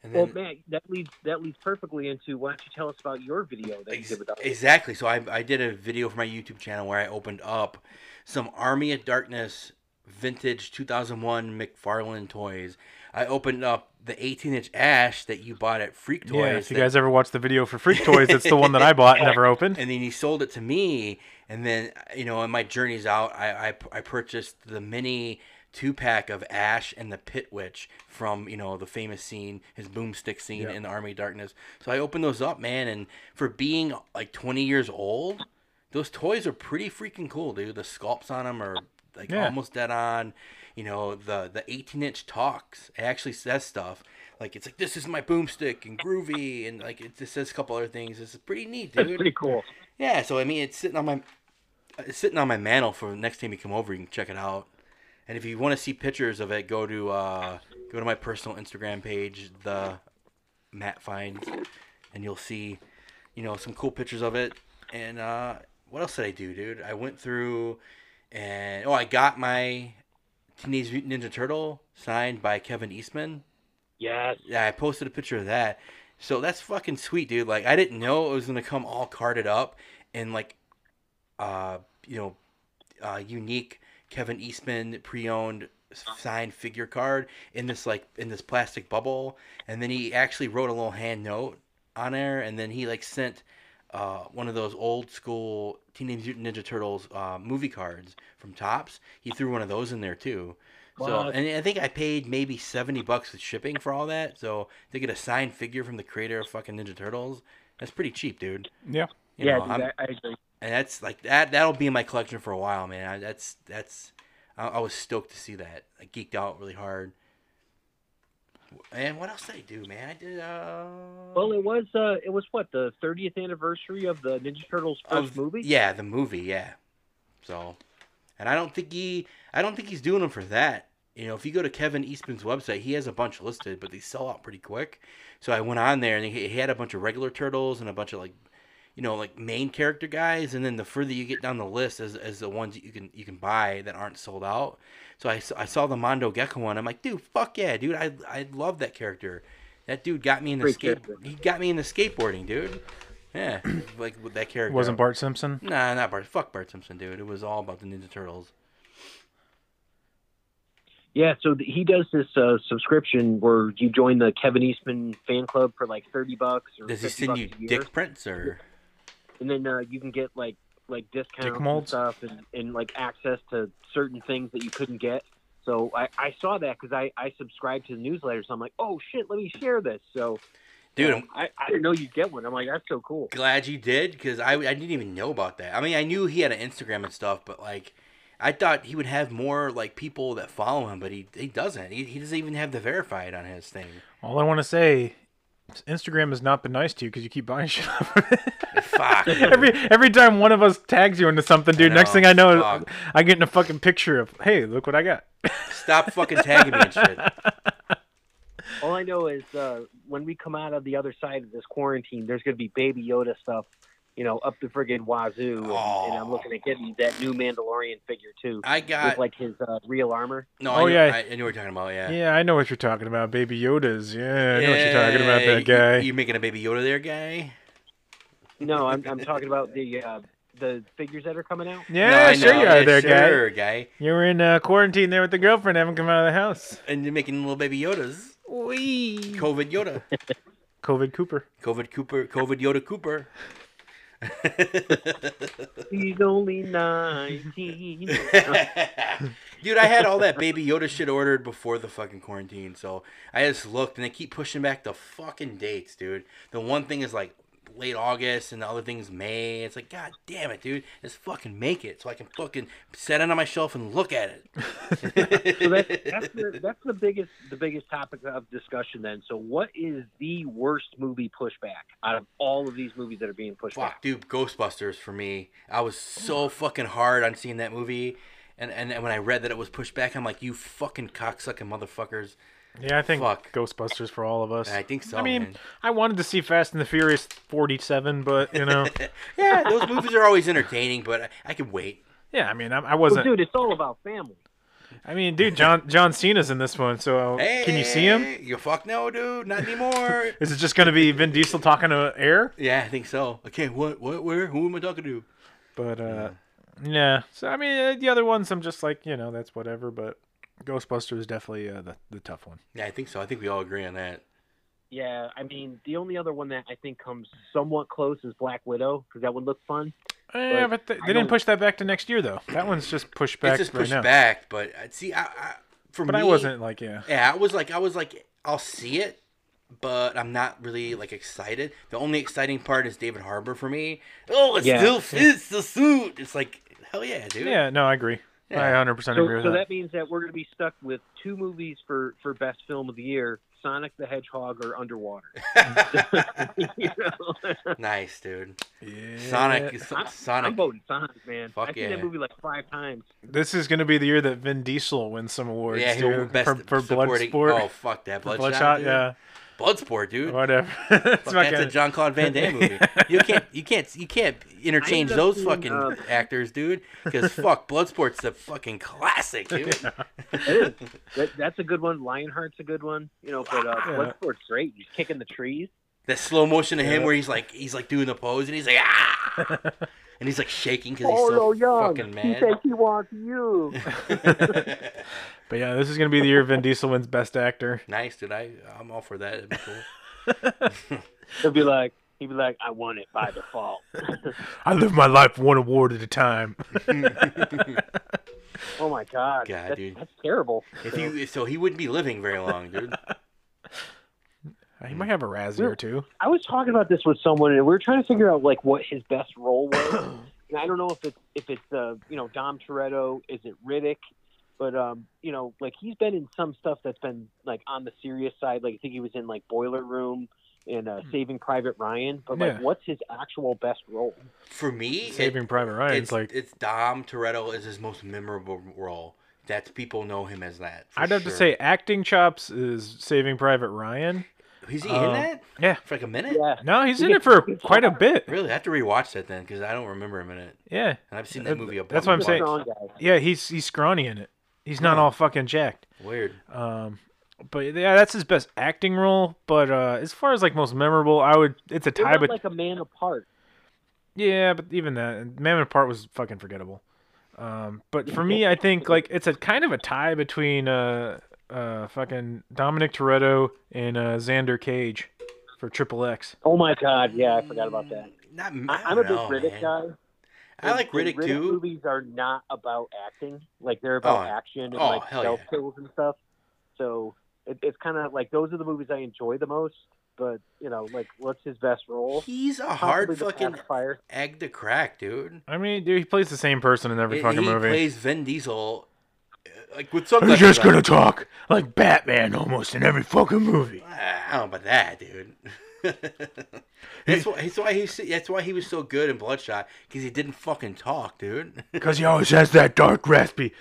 Speaker 2: And
Speaker 4: Well,
Speaker 2: then,
Speaker 4: Matt, that leads that leads perfectly into why don't you tell us about your video that you
Speaker 2: Ex-
Speaker 4: did with us?
Speaker 2: exactly. So I, I did a video for my YouTube channel where I opened up some Army of Darkness vintage 2001 McFarlane toys. I opened up the 18 inch Ash that you bought at Freak Toys.
Speaker 1: Yeah, if you
Speaker 2: that-
Speaker 1: guys ever watched the video for Freak Toys, it's the one that I bought, and never opened.
Speaker 2: and then he sold it to me and then you know in my journeys out i i, I purchased the mini two pack of ash and the pit witch from you know the famous scene his boomstick scene in the army of darkness so i opened those up man and for being like 20 years old those toys are pretty freaking cool dude the sculpts on them are like
Speaker 1: Yeah.
Speaker 2: almost dead on you know the the 18 inch talks it actually says stuff like it's like this is my boomstick and groovy and like it just says a couple other things it's pretty neat dude
Speaker 4: That's pretty cool.
Speaker 2: yeah, so I mean, it's sitting on my it's sitting on my mantle for the next time you come over. You can check it out. And if you want to see pictures of it, go to uh, go to my personal Instagram page, the Matt Finds, and you'll see, you know, some cool pictures of it. And uh, what else did I do, dude? I went through, and oh, I got my Teenage Mutant Ninja Turtle signed by Kevin Eastman.
Speaker 4: Yes.
Speaker 2: Yeah, I posted a picture of that. So that's fucking sweet, dude. Like I didn't know it was gonna come all carded up and like, uh, you know, uh, unique Kevin Eastman pre-owned signed figure card in this like in this plastic bubble, and then he actually wrote a little hand note on there, and then he like sent. Uh, one of those old school Teenage Mutant Ninja Turtles uh, movie cards from Tops. He threw one of those in there too. So
Speaker 4: Wow.
Speaker 2: and I think I paid maybe seventy bucks with shipping for all that. So to get a signed figure from the creator of fucking Ninja Turtles, that's pretty cheap, dude.
Speaker 1: Yeah.
Speaker 2: You
Speaker 4: yeah,
Speaker 2: know,
Speaker 4: dude,
Speaker 2: I'm-
Speaker 4: I, I agree.
Speaker 2: and that's like that. That'll be in my collection for a while, man. I, that's that's. I, I was stoked to see that. I geeked out really hard. And what else did I do, man? I did. Uh...
Speaker 4: Well, it was uh, it was what the 30th anniversary of the Ninja Turtles first
Speaker 2: of-
Speaker 4: movie.
Speaker 2: Yeah, the movie. Yeah. So, and I don't think he, I don't think he's doing them for that. You know, if you go to Kevin Eastman's website, he has a bunch listed, but they sell out pretty quick. So I went on there and he, he had a bunch of regular turtles and a bunch of like, you know like main character guys, and then the further you get down the list as, as the ones that you can you can buy that aren't sold out. So I, s- I saw the Mondo Gecko one. I'm like, dude, fuck yeah, dude. I I love that character. That dude got me in the
Speaker 4: Great
Speaker 2: skate.
Speaker 4: character.
Speaker 2: He got me into skateboarding, dude. Yeah, like with that character.
Speaker 1: Wasn't Bart Simpson?
Speaker 2: Nah, not Bart. Fuck Bart Simpson, dude. It was all about the Ninja Turtles.
Speaker 4: Yeah, so th he does this uh, subscription where you join the Kevin Eastman fan club for like thirty bucks or
Speaker 2: Does he
Speaker 4: 50
Speaker 2: send
Speaker 4: bucks
Speaker 2: you
Speaker 4: a year,
Speaker 2: dick prints or?
Speaker 4: and then uh, you can get like like discounts and
Speaker 1: molds?
Speaker 4: stuff and, and like access to certain things that you couldn't get. So I, I saw that because I, I subscribed to the newsletter, so I'm like, oh shit, let me share this. So
Speaker 2: Dude,
Speaker 4: um,
Speaker 2: I'm
Speaker 4: I, I didn't know you'd get one. I'm like, that's so cool.
Speaker 2: glad you did because I, I didn't even know about that. I mean, I knew he had an Instagram and stuff, but like, I thought he would have more like people that follow him, but he, he doesn't. He, he doesn't even have the verified on his thing.
Speaker 1: All I want to say, Instagram has not been nice to you because you keep buying shit. off of it.
Speaker 2: Fuck.
Speaker 1: every every time one of us tags you into something, dude. next
Speaker 2: know,
Speaker 1: thing I know,
Speaker 2: fuck.
Speaker 1: I get in a fucking picture of, hey, look what I got.
Speaker 2: Stop fucking tagging me and shit.
Speaker 4: All I know is uh, when we come out of the other side of this quarantine, there's going to be Baby Yoda stuff, you know, up the friggin' wazoo. And,
Speaker 2: Aw.
Speaker 4: and I'm looking at getting that new Mandalorian figure too,
Speaker 2: Ah, I
Speaker 4: with
Speaker 2: got
Speaker 4: like his uh, real armor.
Speaker 2: no.
Speaker 1: Oh,
Speaker 2: I knew,
Speaker 1: yeah.
Speaker 2: I, I knew what you're talking about. Yeah.
Speaker 1: Yeah, I know what you're talking about, baby Yodas. Yeah, I know what you're talking about,
Speaker 2: Yeah,
Speaker 1: that guy.
Speaker 2: You, you making a baby Yoda there, guy?
Speaker 4: No, I'm, I'm talking about the uh, the figures that are coming out.
Speaker 1: yeah,
Speaker 2: I
Speaker 1: sure
Speaker 2: know.
Speaker 1: you are
Speaker 2: Yeah,
Speaker 1: there, guy.
Speaker 2: sure, guy.
Speaker 1: You were in uh, quarantine there with the girlfriend, haven't come out of the house.
Speaker 2: And you're making little baby Yodas.
Speaker 1: Wee.
Speaker 2: COVID Yoda.
Speaker 1: COVID Cooper.
Speaker 2: COVID Cooper, COVID Yoda Cooper.
Speaker 4: He's only 19.
Speaker 2: Dude, I had all that baby Yoda shit ordered before the fucking quarantine, so I just looked and they keep pushing back the fucking dates, dude. The one thing is like late August and the other thing is May. It's like, god damn it, dude. Just fucking make it so I can fucking set it on my shelf and look at it.
Speaker 4: so that, that's the, that's the biggest the biggest topic of discussion then. So what is the worst movie pushback out of all of these movies that are being pushed back?
Speaker 2: Fuck, dude, Ghostbusters for me. I was so fucking hard on seeing that movie. And, and, and when I read that it was pushed back, I'm like, you fucking cocksucking motherfuckers.
Speaker 1: Yeah, I think
Speaker 2: Fuck.
Speaker 1: Ghostbusters for all of us.
Speaker 2: I think so.
Speaker 1: I mean,
Speaker 2: man.
Speaker 1: I wanted to see Fast and the Furious 47, but, you know.
Speaker 2: yeah, those movies are always entertaining, but I, I could wait.
Speaker 1: yeah, I mean, I, I
Speaker 4: Well,
Speaker 1: wasn't.
Speaker 4: dude, it's all about family.
Speaker 1: I mean, dude, John John Cena's in this one, so
Speaker 2: Hey,
Speaker 1: can you see him?
Speaker 2: You fuck no, dude, not anymore.
Speaker 1: Is it just going to be Vin Diesel talking to air?
Speaker 2: yeah, I think so. Okay, what, what, where, who am I talking to?
Speaker 1: But, uh, yeah. So, I mean, uh, the other ones, I'm just like, you know, that's whatever, but Ghostbusters is definitely uh, the, the tough one.
Speaker 2: Yeah, I think so. I think we all agree on that.
Speaker 4: Yeah, I mean, the only other one that I think comes somewhat close is Black Widow because that would look fun.
Speaker 1: Yeah, Eh, but they,
Speaker 4: I
Speaker 1: they didn't
Speaker 4: don't-
Speaker 1: push that back to next year, though. That one's just pushed back
Speaker 2: it's just
Speaker 1: right
Speaker 2: pushed
Speaker 1: now.
Speaker 2: back, but uh, see, I, I for
Speaker 1: But
Speaker 2: me,
Speaker 1: I wasn't like, yeah.
Speaker 2: Yeah, I was like, I was like, I'll see it, but I'm not really like excited. The only exciting part is David Harbour for me. Oh, it
Speaker 4: Yeah.
Speaker 2: still fits the suit. It's like hell yeah, dude.
Speaker 1: Yeah, no, I agree. I
Speaker 2: Yeah.
Speaker 1: 100 percent
Speaker 4: So,
Speaker 1: agree with
Speaker 4: so
Speaker 1: that.
Speaker 4: that means that we're going to be stuck with two movies for for best film of the year: Sonic the Hedgehog or Underwater. You know?
Speaker 2: Nice, dude.
Speaker 1: Yeah.
Speaker 2: Sonic, is
Speaker 4: I'm-
Speaker 2: Sonic.
Speaker 4: I'm voting Sonic, man.
Speaker 2: Fuck
Speaker 4: I've seen
Speaker 2: yeah.
Speaker 4: that movie like five times.
Speaker 1: This is gonna be the year that Vin Diesel wins some awards
Speaker 2: yeah, he
Speaker 1: too,
Speaker 2: won best
Speaker 1: for, for
Speaker 2: supporting-
Speaker 1: Bloodsport.
Speaker 2: Oh fuck that
Speaker 1: For Bloodshot,
Speaker 2: Bloodshot. dude.
Speaker 1: yeah,
Speaker 2: Bloodsport, dude.
Speaker 1: whatever. it's
Speaker 2: Fuck,
Speaker 1: not
Speaker 2: that's a
Speaker 1: gonna-
Speaker 2: John Claude Van Damme movie. You can't, you can't, you can't interchange
Speaker 4: up
Speaker 2: those
Speaker 4: seeing,
Speaker 2: fucking
Speaker 4: uh,
Speaker 2: actors, dude. Because fuck, Bloodsport's a fucking classic, dude.
Speaker 4: It is. that, that's a good one. Lionheart's a good one. You know, but uh,
Speaker 1: Yeah.
Speaker 4: Bloodsport's great. He's kicking the trees.
Speaker 2: That slow motion of him
Speaker 1: Yeah.
Speaker 2: where he's like he's like doing the pose and he's like ah, and he's like shaking
Speaker 1: Oh,
Speaker 2: because he's so fucking mad.
Speaker 4: he wants you.
Speaker 1: But yeah, this is gonna be the year Vin Diesel wins Best Actor.
Speaker 2: nice, dude. I I'm all for that. That'd be cool.
Speaker 4: He'll be like, he'd be like, I won it by default.
Speaker 1: I live my life one award at a time.
Speaker 4: oh my god,
Speaker 2: God,
Speaker 4: that's,
Speaker 2: dude.
Speaker 4: that's terrible.
Speaker 2: If
Speaker 4: So,
Speaker 2: you so he wouldn't be living very long, dude.
Speaker 1: he might have a Razzie or two.
Speaker 4: I was talking about this with someone, and we were trying to figure out like what his best role was. and I don't know if it's if it's uh, you know Dom Toretto, is it Riddick? But um, you know, like he's been in some stuff that's been like on the serious side. Like I think he was in like Boiler Room and uh, Saving Private Ryan. But like,
Speaker 1: Yeah.
Speaker 4: what's his actual best role?
Speaker 2: For me, it-
Speaker 1: Saving Private Ryan.
Speaker 2: it's
Speaker 1: It's like
Speaker 2: it's Dom Toretto is his most memorable role. That's people know him as that. for
Speaker 1: I'd have
Speaker 2: sure.
Speaker 1: to say acting chops is Saving Private Ryan,
Speaker 2: Is he in
Speaker 1: Um,
Speaker 2: that?
Speaker 1: yeah.
Speaker 2: For like a minute?
Speaker 4: Yeah.
Speaker 1: No, he's in it for quite a bit.
Speaker 2: Really? I have to rewatch that then because I don't remember a minute.
Speaker 1: Yeah.
Speaker 2: And I've seen
Speaker 1: Uh,
Speaker 2: that movie a bunch.
Speaker 1: that's what I'm
Speaker 4: He's a
Speaker 1: saying.
Speaker 4: strong guy.
Speaker 1: Yeah, he's he's scrawny in it. He's not all fucking jacked.
Speaker 2: Weird.
Speaker 1: Um but yeah, that's his best acting role, but uh as far as like most memorable, I would it's a
Speaker 4: They're
Speaker 1: tie
Speaker 4: not
Speaker 1: but
Speaker 4: like a man apart.
Speaker 1: yeah, but even that Mammon Part was fucking forgettable. Um but for me, I think like it's a kind of a tie between uh uh fucking Dominic Toretto and uh Xander Cage for Triple X.
Speaker 4: Oh my god, yeah, I forgot about that.
Speaker 2: Mm, Not.
Speaker 4: I,
Speaker 2: I
Speaker 4: I'm a
Speaker 2: don't
Speaker 4: big
Speaker 2: know, man.
Speaker 4: Riddick guy.
Speaker 2: I like
Speaker 4: And-
Speaker 2: Riddick
Speaker 4: and
Speaker 2: too.
Speaker 4: Movies are not about acting; like they're about
Speaker 2: Oh.
Speaker 4: action and
Speaker 2: Oh,
Speaker 4: like
Speaker 2: hell
Speaker 4: stealth
Speaker 2: yeah.
Speaker 4: kills and stuff. So it, it's kind of like those are the movies I enjoy the most. But you know, like what's his best role?
Speaker 2: He's a
Speaker 4: Possibly
Speaker 2: hard
Speaker 4: The
Speaker 2: fucking
Speaker 4: Pacifier.
Speaker 2: egg to crack, dude.
Speaker 1: I mean, dude, he plays the same person in every
Speaker 2: He-
Speaker 1: fucking
Speaker 2: he
Speaker 1: movie.
Speaker 2: plays Vin Diesel, uh, like with something.
Speaker 1: He's just gonna talk like Batman almost in every fucking movie.
Speaker 2: I don't know about that, dude. that's, why, that's why he. That's why he was so good in Bloodshot because he didn't fucking talk, dude.
Speaker 1: Because he always has that dark raspy,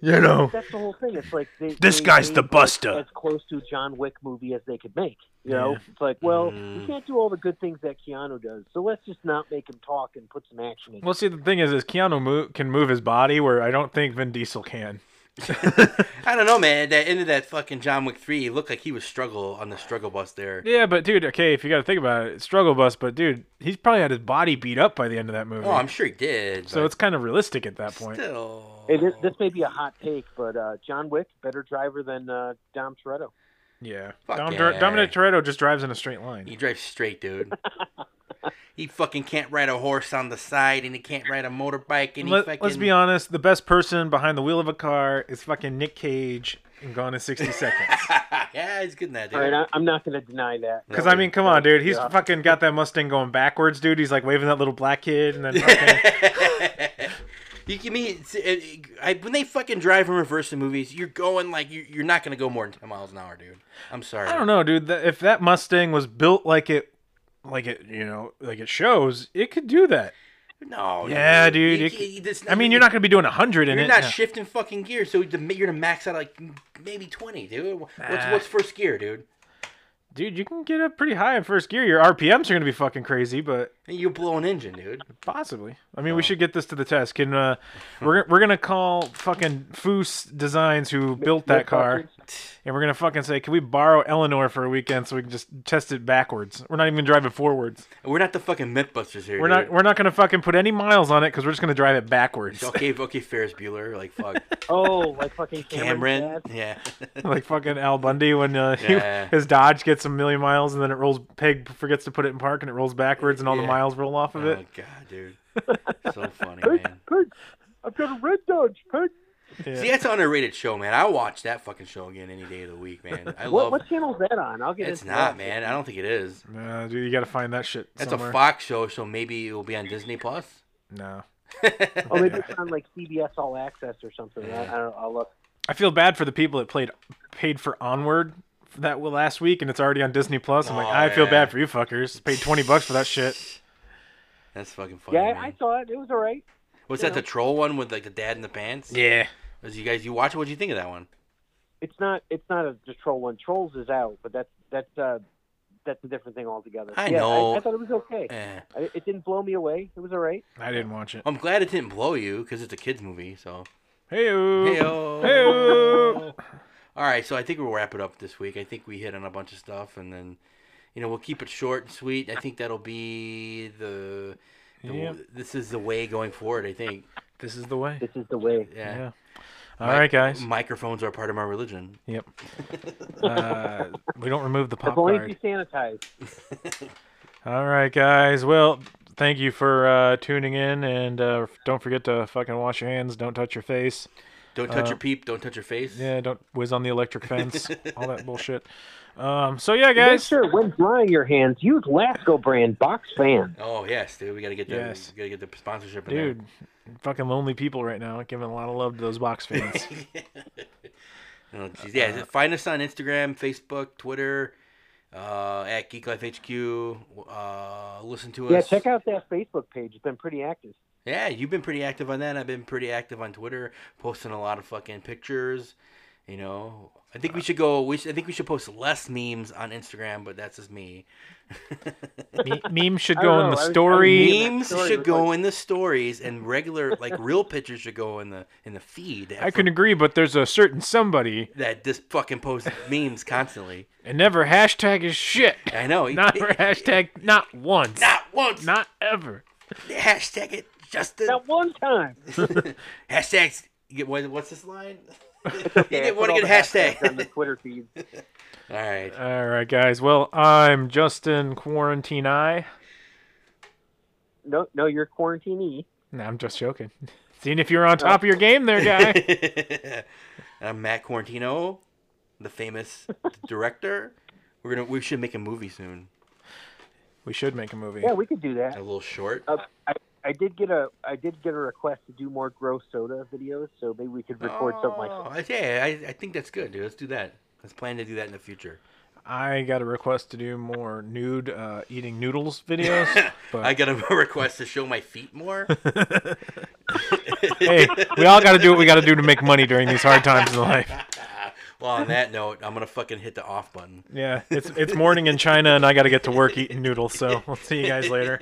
Speaker 1: you know.
Speaker 4: That's the whole thing. It's like they,
Speaker 1: This
Speaker 4: they
Speaker 1: guy's the
Speaker 4: made
Speaker 1: buster.
Speaker 4: As close to a John Wick movie as they could make. You
Speaker 1: Yeah.
Speaker 4: know, it's like, well,
Speaker 2: Mm.
Speaker 4: we can't do all the good things that Keanu does, so let's just not make him talk and put some action in.
Speaker 1: Well, see, the thing is, is Keanu mo- can move his body where I don't think Vin Diesel can.
Speaker 2: I don't know, man. At the end of that fucking John Wick three, he looked like he was struggle on the struggle bus there.
Speaker 1: Yeah, but dude, okay, if you got to think about it, struggle bus, but dude, he's probably had his body beat up by the end of that movie.
Speaker 2: Oh, I'm sure he did.
Speaker 1: so it's kind of realistic at that point.
Speaker 2: still.
Speaker 4: Hey, this, this may be a hot take, but uh, John Wick better driver than uh, Dom Toretto.
Speaker 1: Yeah.
Speaker 2: Fuck
Speaker 1: Dom-
Speaker 2: yeah.
Speaker 1: Dominic Toretto just drives in a straight
Speaker 2: He
Speaker 1: line.
Speaker 2: drives straight, dude. he fucking can't ride a horse on the side, and he can't ride a motorbike, and he
Speaker 1: Let,
Speaker 2: fucking.
Speaker 1: Let's be honest, the best person behind the wheel of a car is fucking Nick Cage in Gone in 60 Seconds.
Speaker 2: yeah, he's good in that, dude.
Speaker 4: All right, I, I'm not going to deny that.
Speaker 1: Because I mean, come on, dude. He's
Speaker 4: Yeah.
Speaker 1: fucking got that Mustang going backwards, dude. He's like waving that little black kid, and then fucking,
Speaker 2: you can mean uh, I, when they fucking drive in reverse in movies, you're going like you, you're not gonna go more than ten miles an hour, dude. I'm sorry.
Speaker 1: I don't know, dude. That, if that Mustang was built like it, like it, you know, like it shows, it could do that.
Speaker 2: No.
Speaker 1: Yeah, dude, it
Speaker 2: You-
Speaker 1: c-
Speaker 2: you- this-
Speaker 1: I mean, you're not gonna be doing hundred in
Speaker 2: You're
Speaker 1: it.
Speaker 2: not
Speaker 1: no.
Speaker 2: shifting fucking gear, so the, you're gonna max out like maybe twenty, dude. What's
Speaker 1: Nah.
Speaker 2: what's first gear, dude?
Speaker 1: dude, you can get up pretty high in first gear. Your RPMs are gonna be fucking crazy, but
Speaker 2: And you blow an engine, dude.
Speaker 1: possibly. I mean, we should get this to the test. Can uh,
Speaker 2: Hmm.
Speaker 1: we're we're gonna call fucking Foose Designs who built that car. And we're gonna fucking say, can we borrow Eleanor for a weekend so we can just test it backwards? We're not even driving forwards.
Speaker 2: We're not the fucking MythBusters here.
Speaker 1: We're
Speaker 2: dude.
Speaker 1: not we're not gonna fucking put any miles on it because we're just gonna drive it backwards,
Speaker 2: Okay, okay, Ferris Bueller, like fuck,
Speaker 4: Oh, like fucking Cameron.
Speaker 2: Cameron,
Speaker 4: Diaz.
Speaker 2: yeah,
Speaker 1: like fucking Al Bundy when uh, he-
Speaker 2: Yeah.
Speaker 1: his Dodge gets a million miles and then it rolls. Peg forgets to put it in park and it rolls backwards and all the
Speaker 2: Yeah.
Speaker 1: miles roll off of
Speaker 2: oh
Speaker 1: it.
Speaker 2: god, dude, so funny, man.
Speaker 4: Pig, I've got a red Dodge. Pig.
Speaker 1: Yeah.
Speaker 2: See, that's an underrated show, man. I watch that fucking show again any day of the week, man. I
Speaker 4: What,
Speaker 2: love.
Speaker 4: what channel is that on? I'll get
Speaker 2: it's
Speaker 4: into
Speaker 2: not,
Speaker 4: that.
Speaker 2: man. I don't think it is.
Speaker 1: Nah, dude, you gotta find that shit
Speaker 2: That's
Speaker 1: somewhere.
Speaker 2: a Fox show, so maybe it will be on Disney Plus.
Speaker 1: no,
Speaker 4: Oh, maybe it's on like CBS All Access or something. I, I don't, I'll look.
Speaker 1: I feel bad for the people that played paid for Onward for that last week and it's already on Disney Plus. I'm like,
Speaker 2: Oh,
Speaker 1: I feel
Speaker 2: yeah.
Speaker 1: bad for you fuckers. Paid twenty bucks for that shit.
Speaker 2: That's fucking funny.
Speaker 4: Yeah, I,
Speaker 2: man.
Speaker 4: I saw it. It was all right.
Speaker 2: was
Speaker 4: you
Speaker 2: that the
Speaker 4: know.
Speaker 2: troll one with like the dad in the pants?
Speaker 1: Yeah.
Speaker 2: Was you guys you watch it? What'd you think of that one?
Speaker 4: It's not. It's not a just troll one. Trolls is out, but that's that's uh, that's a different thing altogether.
Speaker 2: I
Speaker 4: yeah,
Speaker 2: know.
Speaker 4: I, thought it was okay.
Speaker 2: Eh.
Speaker 4: I, it didn't blow me away. It was all right.
Speaker 1: I didn't watch it.
Speaker 2: I'm glad it didn't blow you because it's a kids movie. So.
Speaker 1: Hey-o.
Speaker 2: Heyo.
Speaker 1: Heyo.
Speaker 2: All right, so I think we'll wrap it up this week. I think we hit on a bunch of stuff, and then, you know, we'll keep it short and sweet. I think that'll be the, the
Speaker 1: Yep.
Speaker 2: this is the way going forward. I think.
Speaker 1: This is the way.
Speaker 4: This is the way.
Speaker 2: Yeah.
Speaker 1: Yeah. All
Speaker 2: All
Speaker 1: right,
Speaker 2: right,
Speaker 1: guys.
Speaker 2: Microphones are part of my religion.
Speaker 1: Yep. Uh, we don't remove the pop
Speaker 4: If only if
Speaker 1: guard.
Speaker 4: you sanitize.
Speaker 1: All right, guys. Well, thank you for uh, tuning in, and uh, don't forget to fucking wash your hands. Don't touch your face.
Speaker 2: Don't touch your peep. Don't touch your face.
Speaker 1: Yeah, don't whiz on the electric fence. all that bullshit. Um, so yeah,
Speaker 4: Make
Speaker 1: guys.
Speaker 4: sure when drying your hands, use Lasco brand box fan.
Speaker 2: Oh yes, dude. We gotta get the
Speaker 1: Yes.
Speaker 2: we gotta get the sponsorship. In
Speaker 1: Dude, fucking lonely people right now. Giving a lot of love to those box fans.
Speaker 2: There. Oh, geez. Yeah. find us on Instagram, Facebook, Twitter, uh, at Geek Life HQ. Uh, listen to
Speaker 4: Yeah,
Speaker 2: us.
Speaker 4: check out that Facebook page. It's been pretty active.
Speaker 2: Yeah, you've been pretty active on that. I've been pretty active on Twitter, posting a lot of fucking pictures You know, I think we should go. We should, I think we should post less memes on Instagram, but that's just me.
Speaker 1: Me- meme should
Speaker 4: I
Speaker 1: go
Speaker 4: don't
Speaker 1: in the
Speaker 4: know, I was- I was
Speaker 1: story.
Speaker 4: mean-
Speaker 2: Memes
Speaker 4: story
Speaker 2: should
Speaker 4: was
Speaker 2: go in the stories, and regular like real pictures should go in the in the feed.
Speaker 1: I can agree, but there's a certain somebody
Speaker 2: that just fucking posts memes constantly.
Speaker 1: and never hashtag is shit.
Speaker 2: I know. he-
Speaker 1: Not hashtag, not once,
Speaker 2: not once.
Speaker 1: not ever.
Speaker 2: hashtag it, Justin.
Speaker 4: That one time.
Speaker 2: Hashtags. You get, what, what's this line? you
Speaker 4: I
Speaker 2: didn't
Speaker 4: put
Speaker 2: want
Speaker 4: all
Speaker 2: to
Speaker 4: the
Speaker 2: get
Speaker 4: hashtags
Speaker 2: hashtag.
Speaker 4: on the Twitter feed.
Speaker 2: All right.
Speaker 1: All right, guys. Well, I'm Justin Quarantine Eye.
Speaker 4: No, no, you're quarantinee.
Speaker 1: Nah, I'm just joking. Seeing if you're on top of
Speaker 4: Oh.
Speaker 1: your game there, guy.
Speaker 2: I'm Uh, Matt Quarantino, the famous director. We're gonna. We should make a movie soon.
Speaker 1: we should make a movie.
Speaker 4: Yeah, we could do
Speaker 2: A
Speaker 4: that.
Speaker 2: little short.
Speaker 4: Uh, I, I did get a I did get a request to do more gross soda videos, so maybe we could record something like that.
Speaker 2: Oh, I- yeah, I, I think that's good, dude. Let's do that. Let's plan to do that in the future.
Speaker 1: I got a request to do more nude uh, eating noodles videos. But
Speaker 2: I got a request to show my feet more.
Speaker 1: hey, we all got to do what we got to do to make money during these hard times in life.
Speaker 2: well, on that note, I'm gonna fucking hit the off button.
Speaker 1: Yeah, it's it's morning in China, and I got to get to work eating noodles. So we'll see you guys later.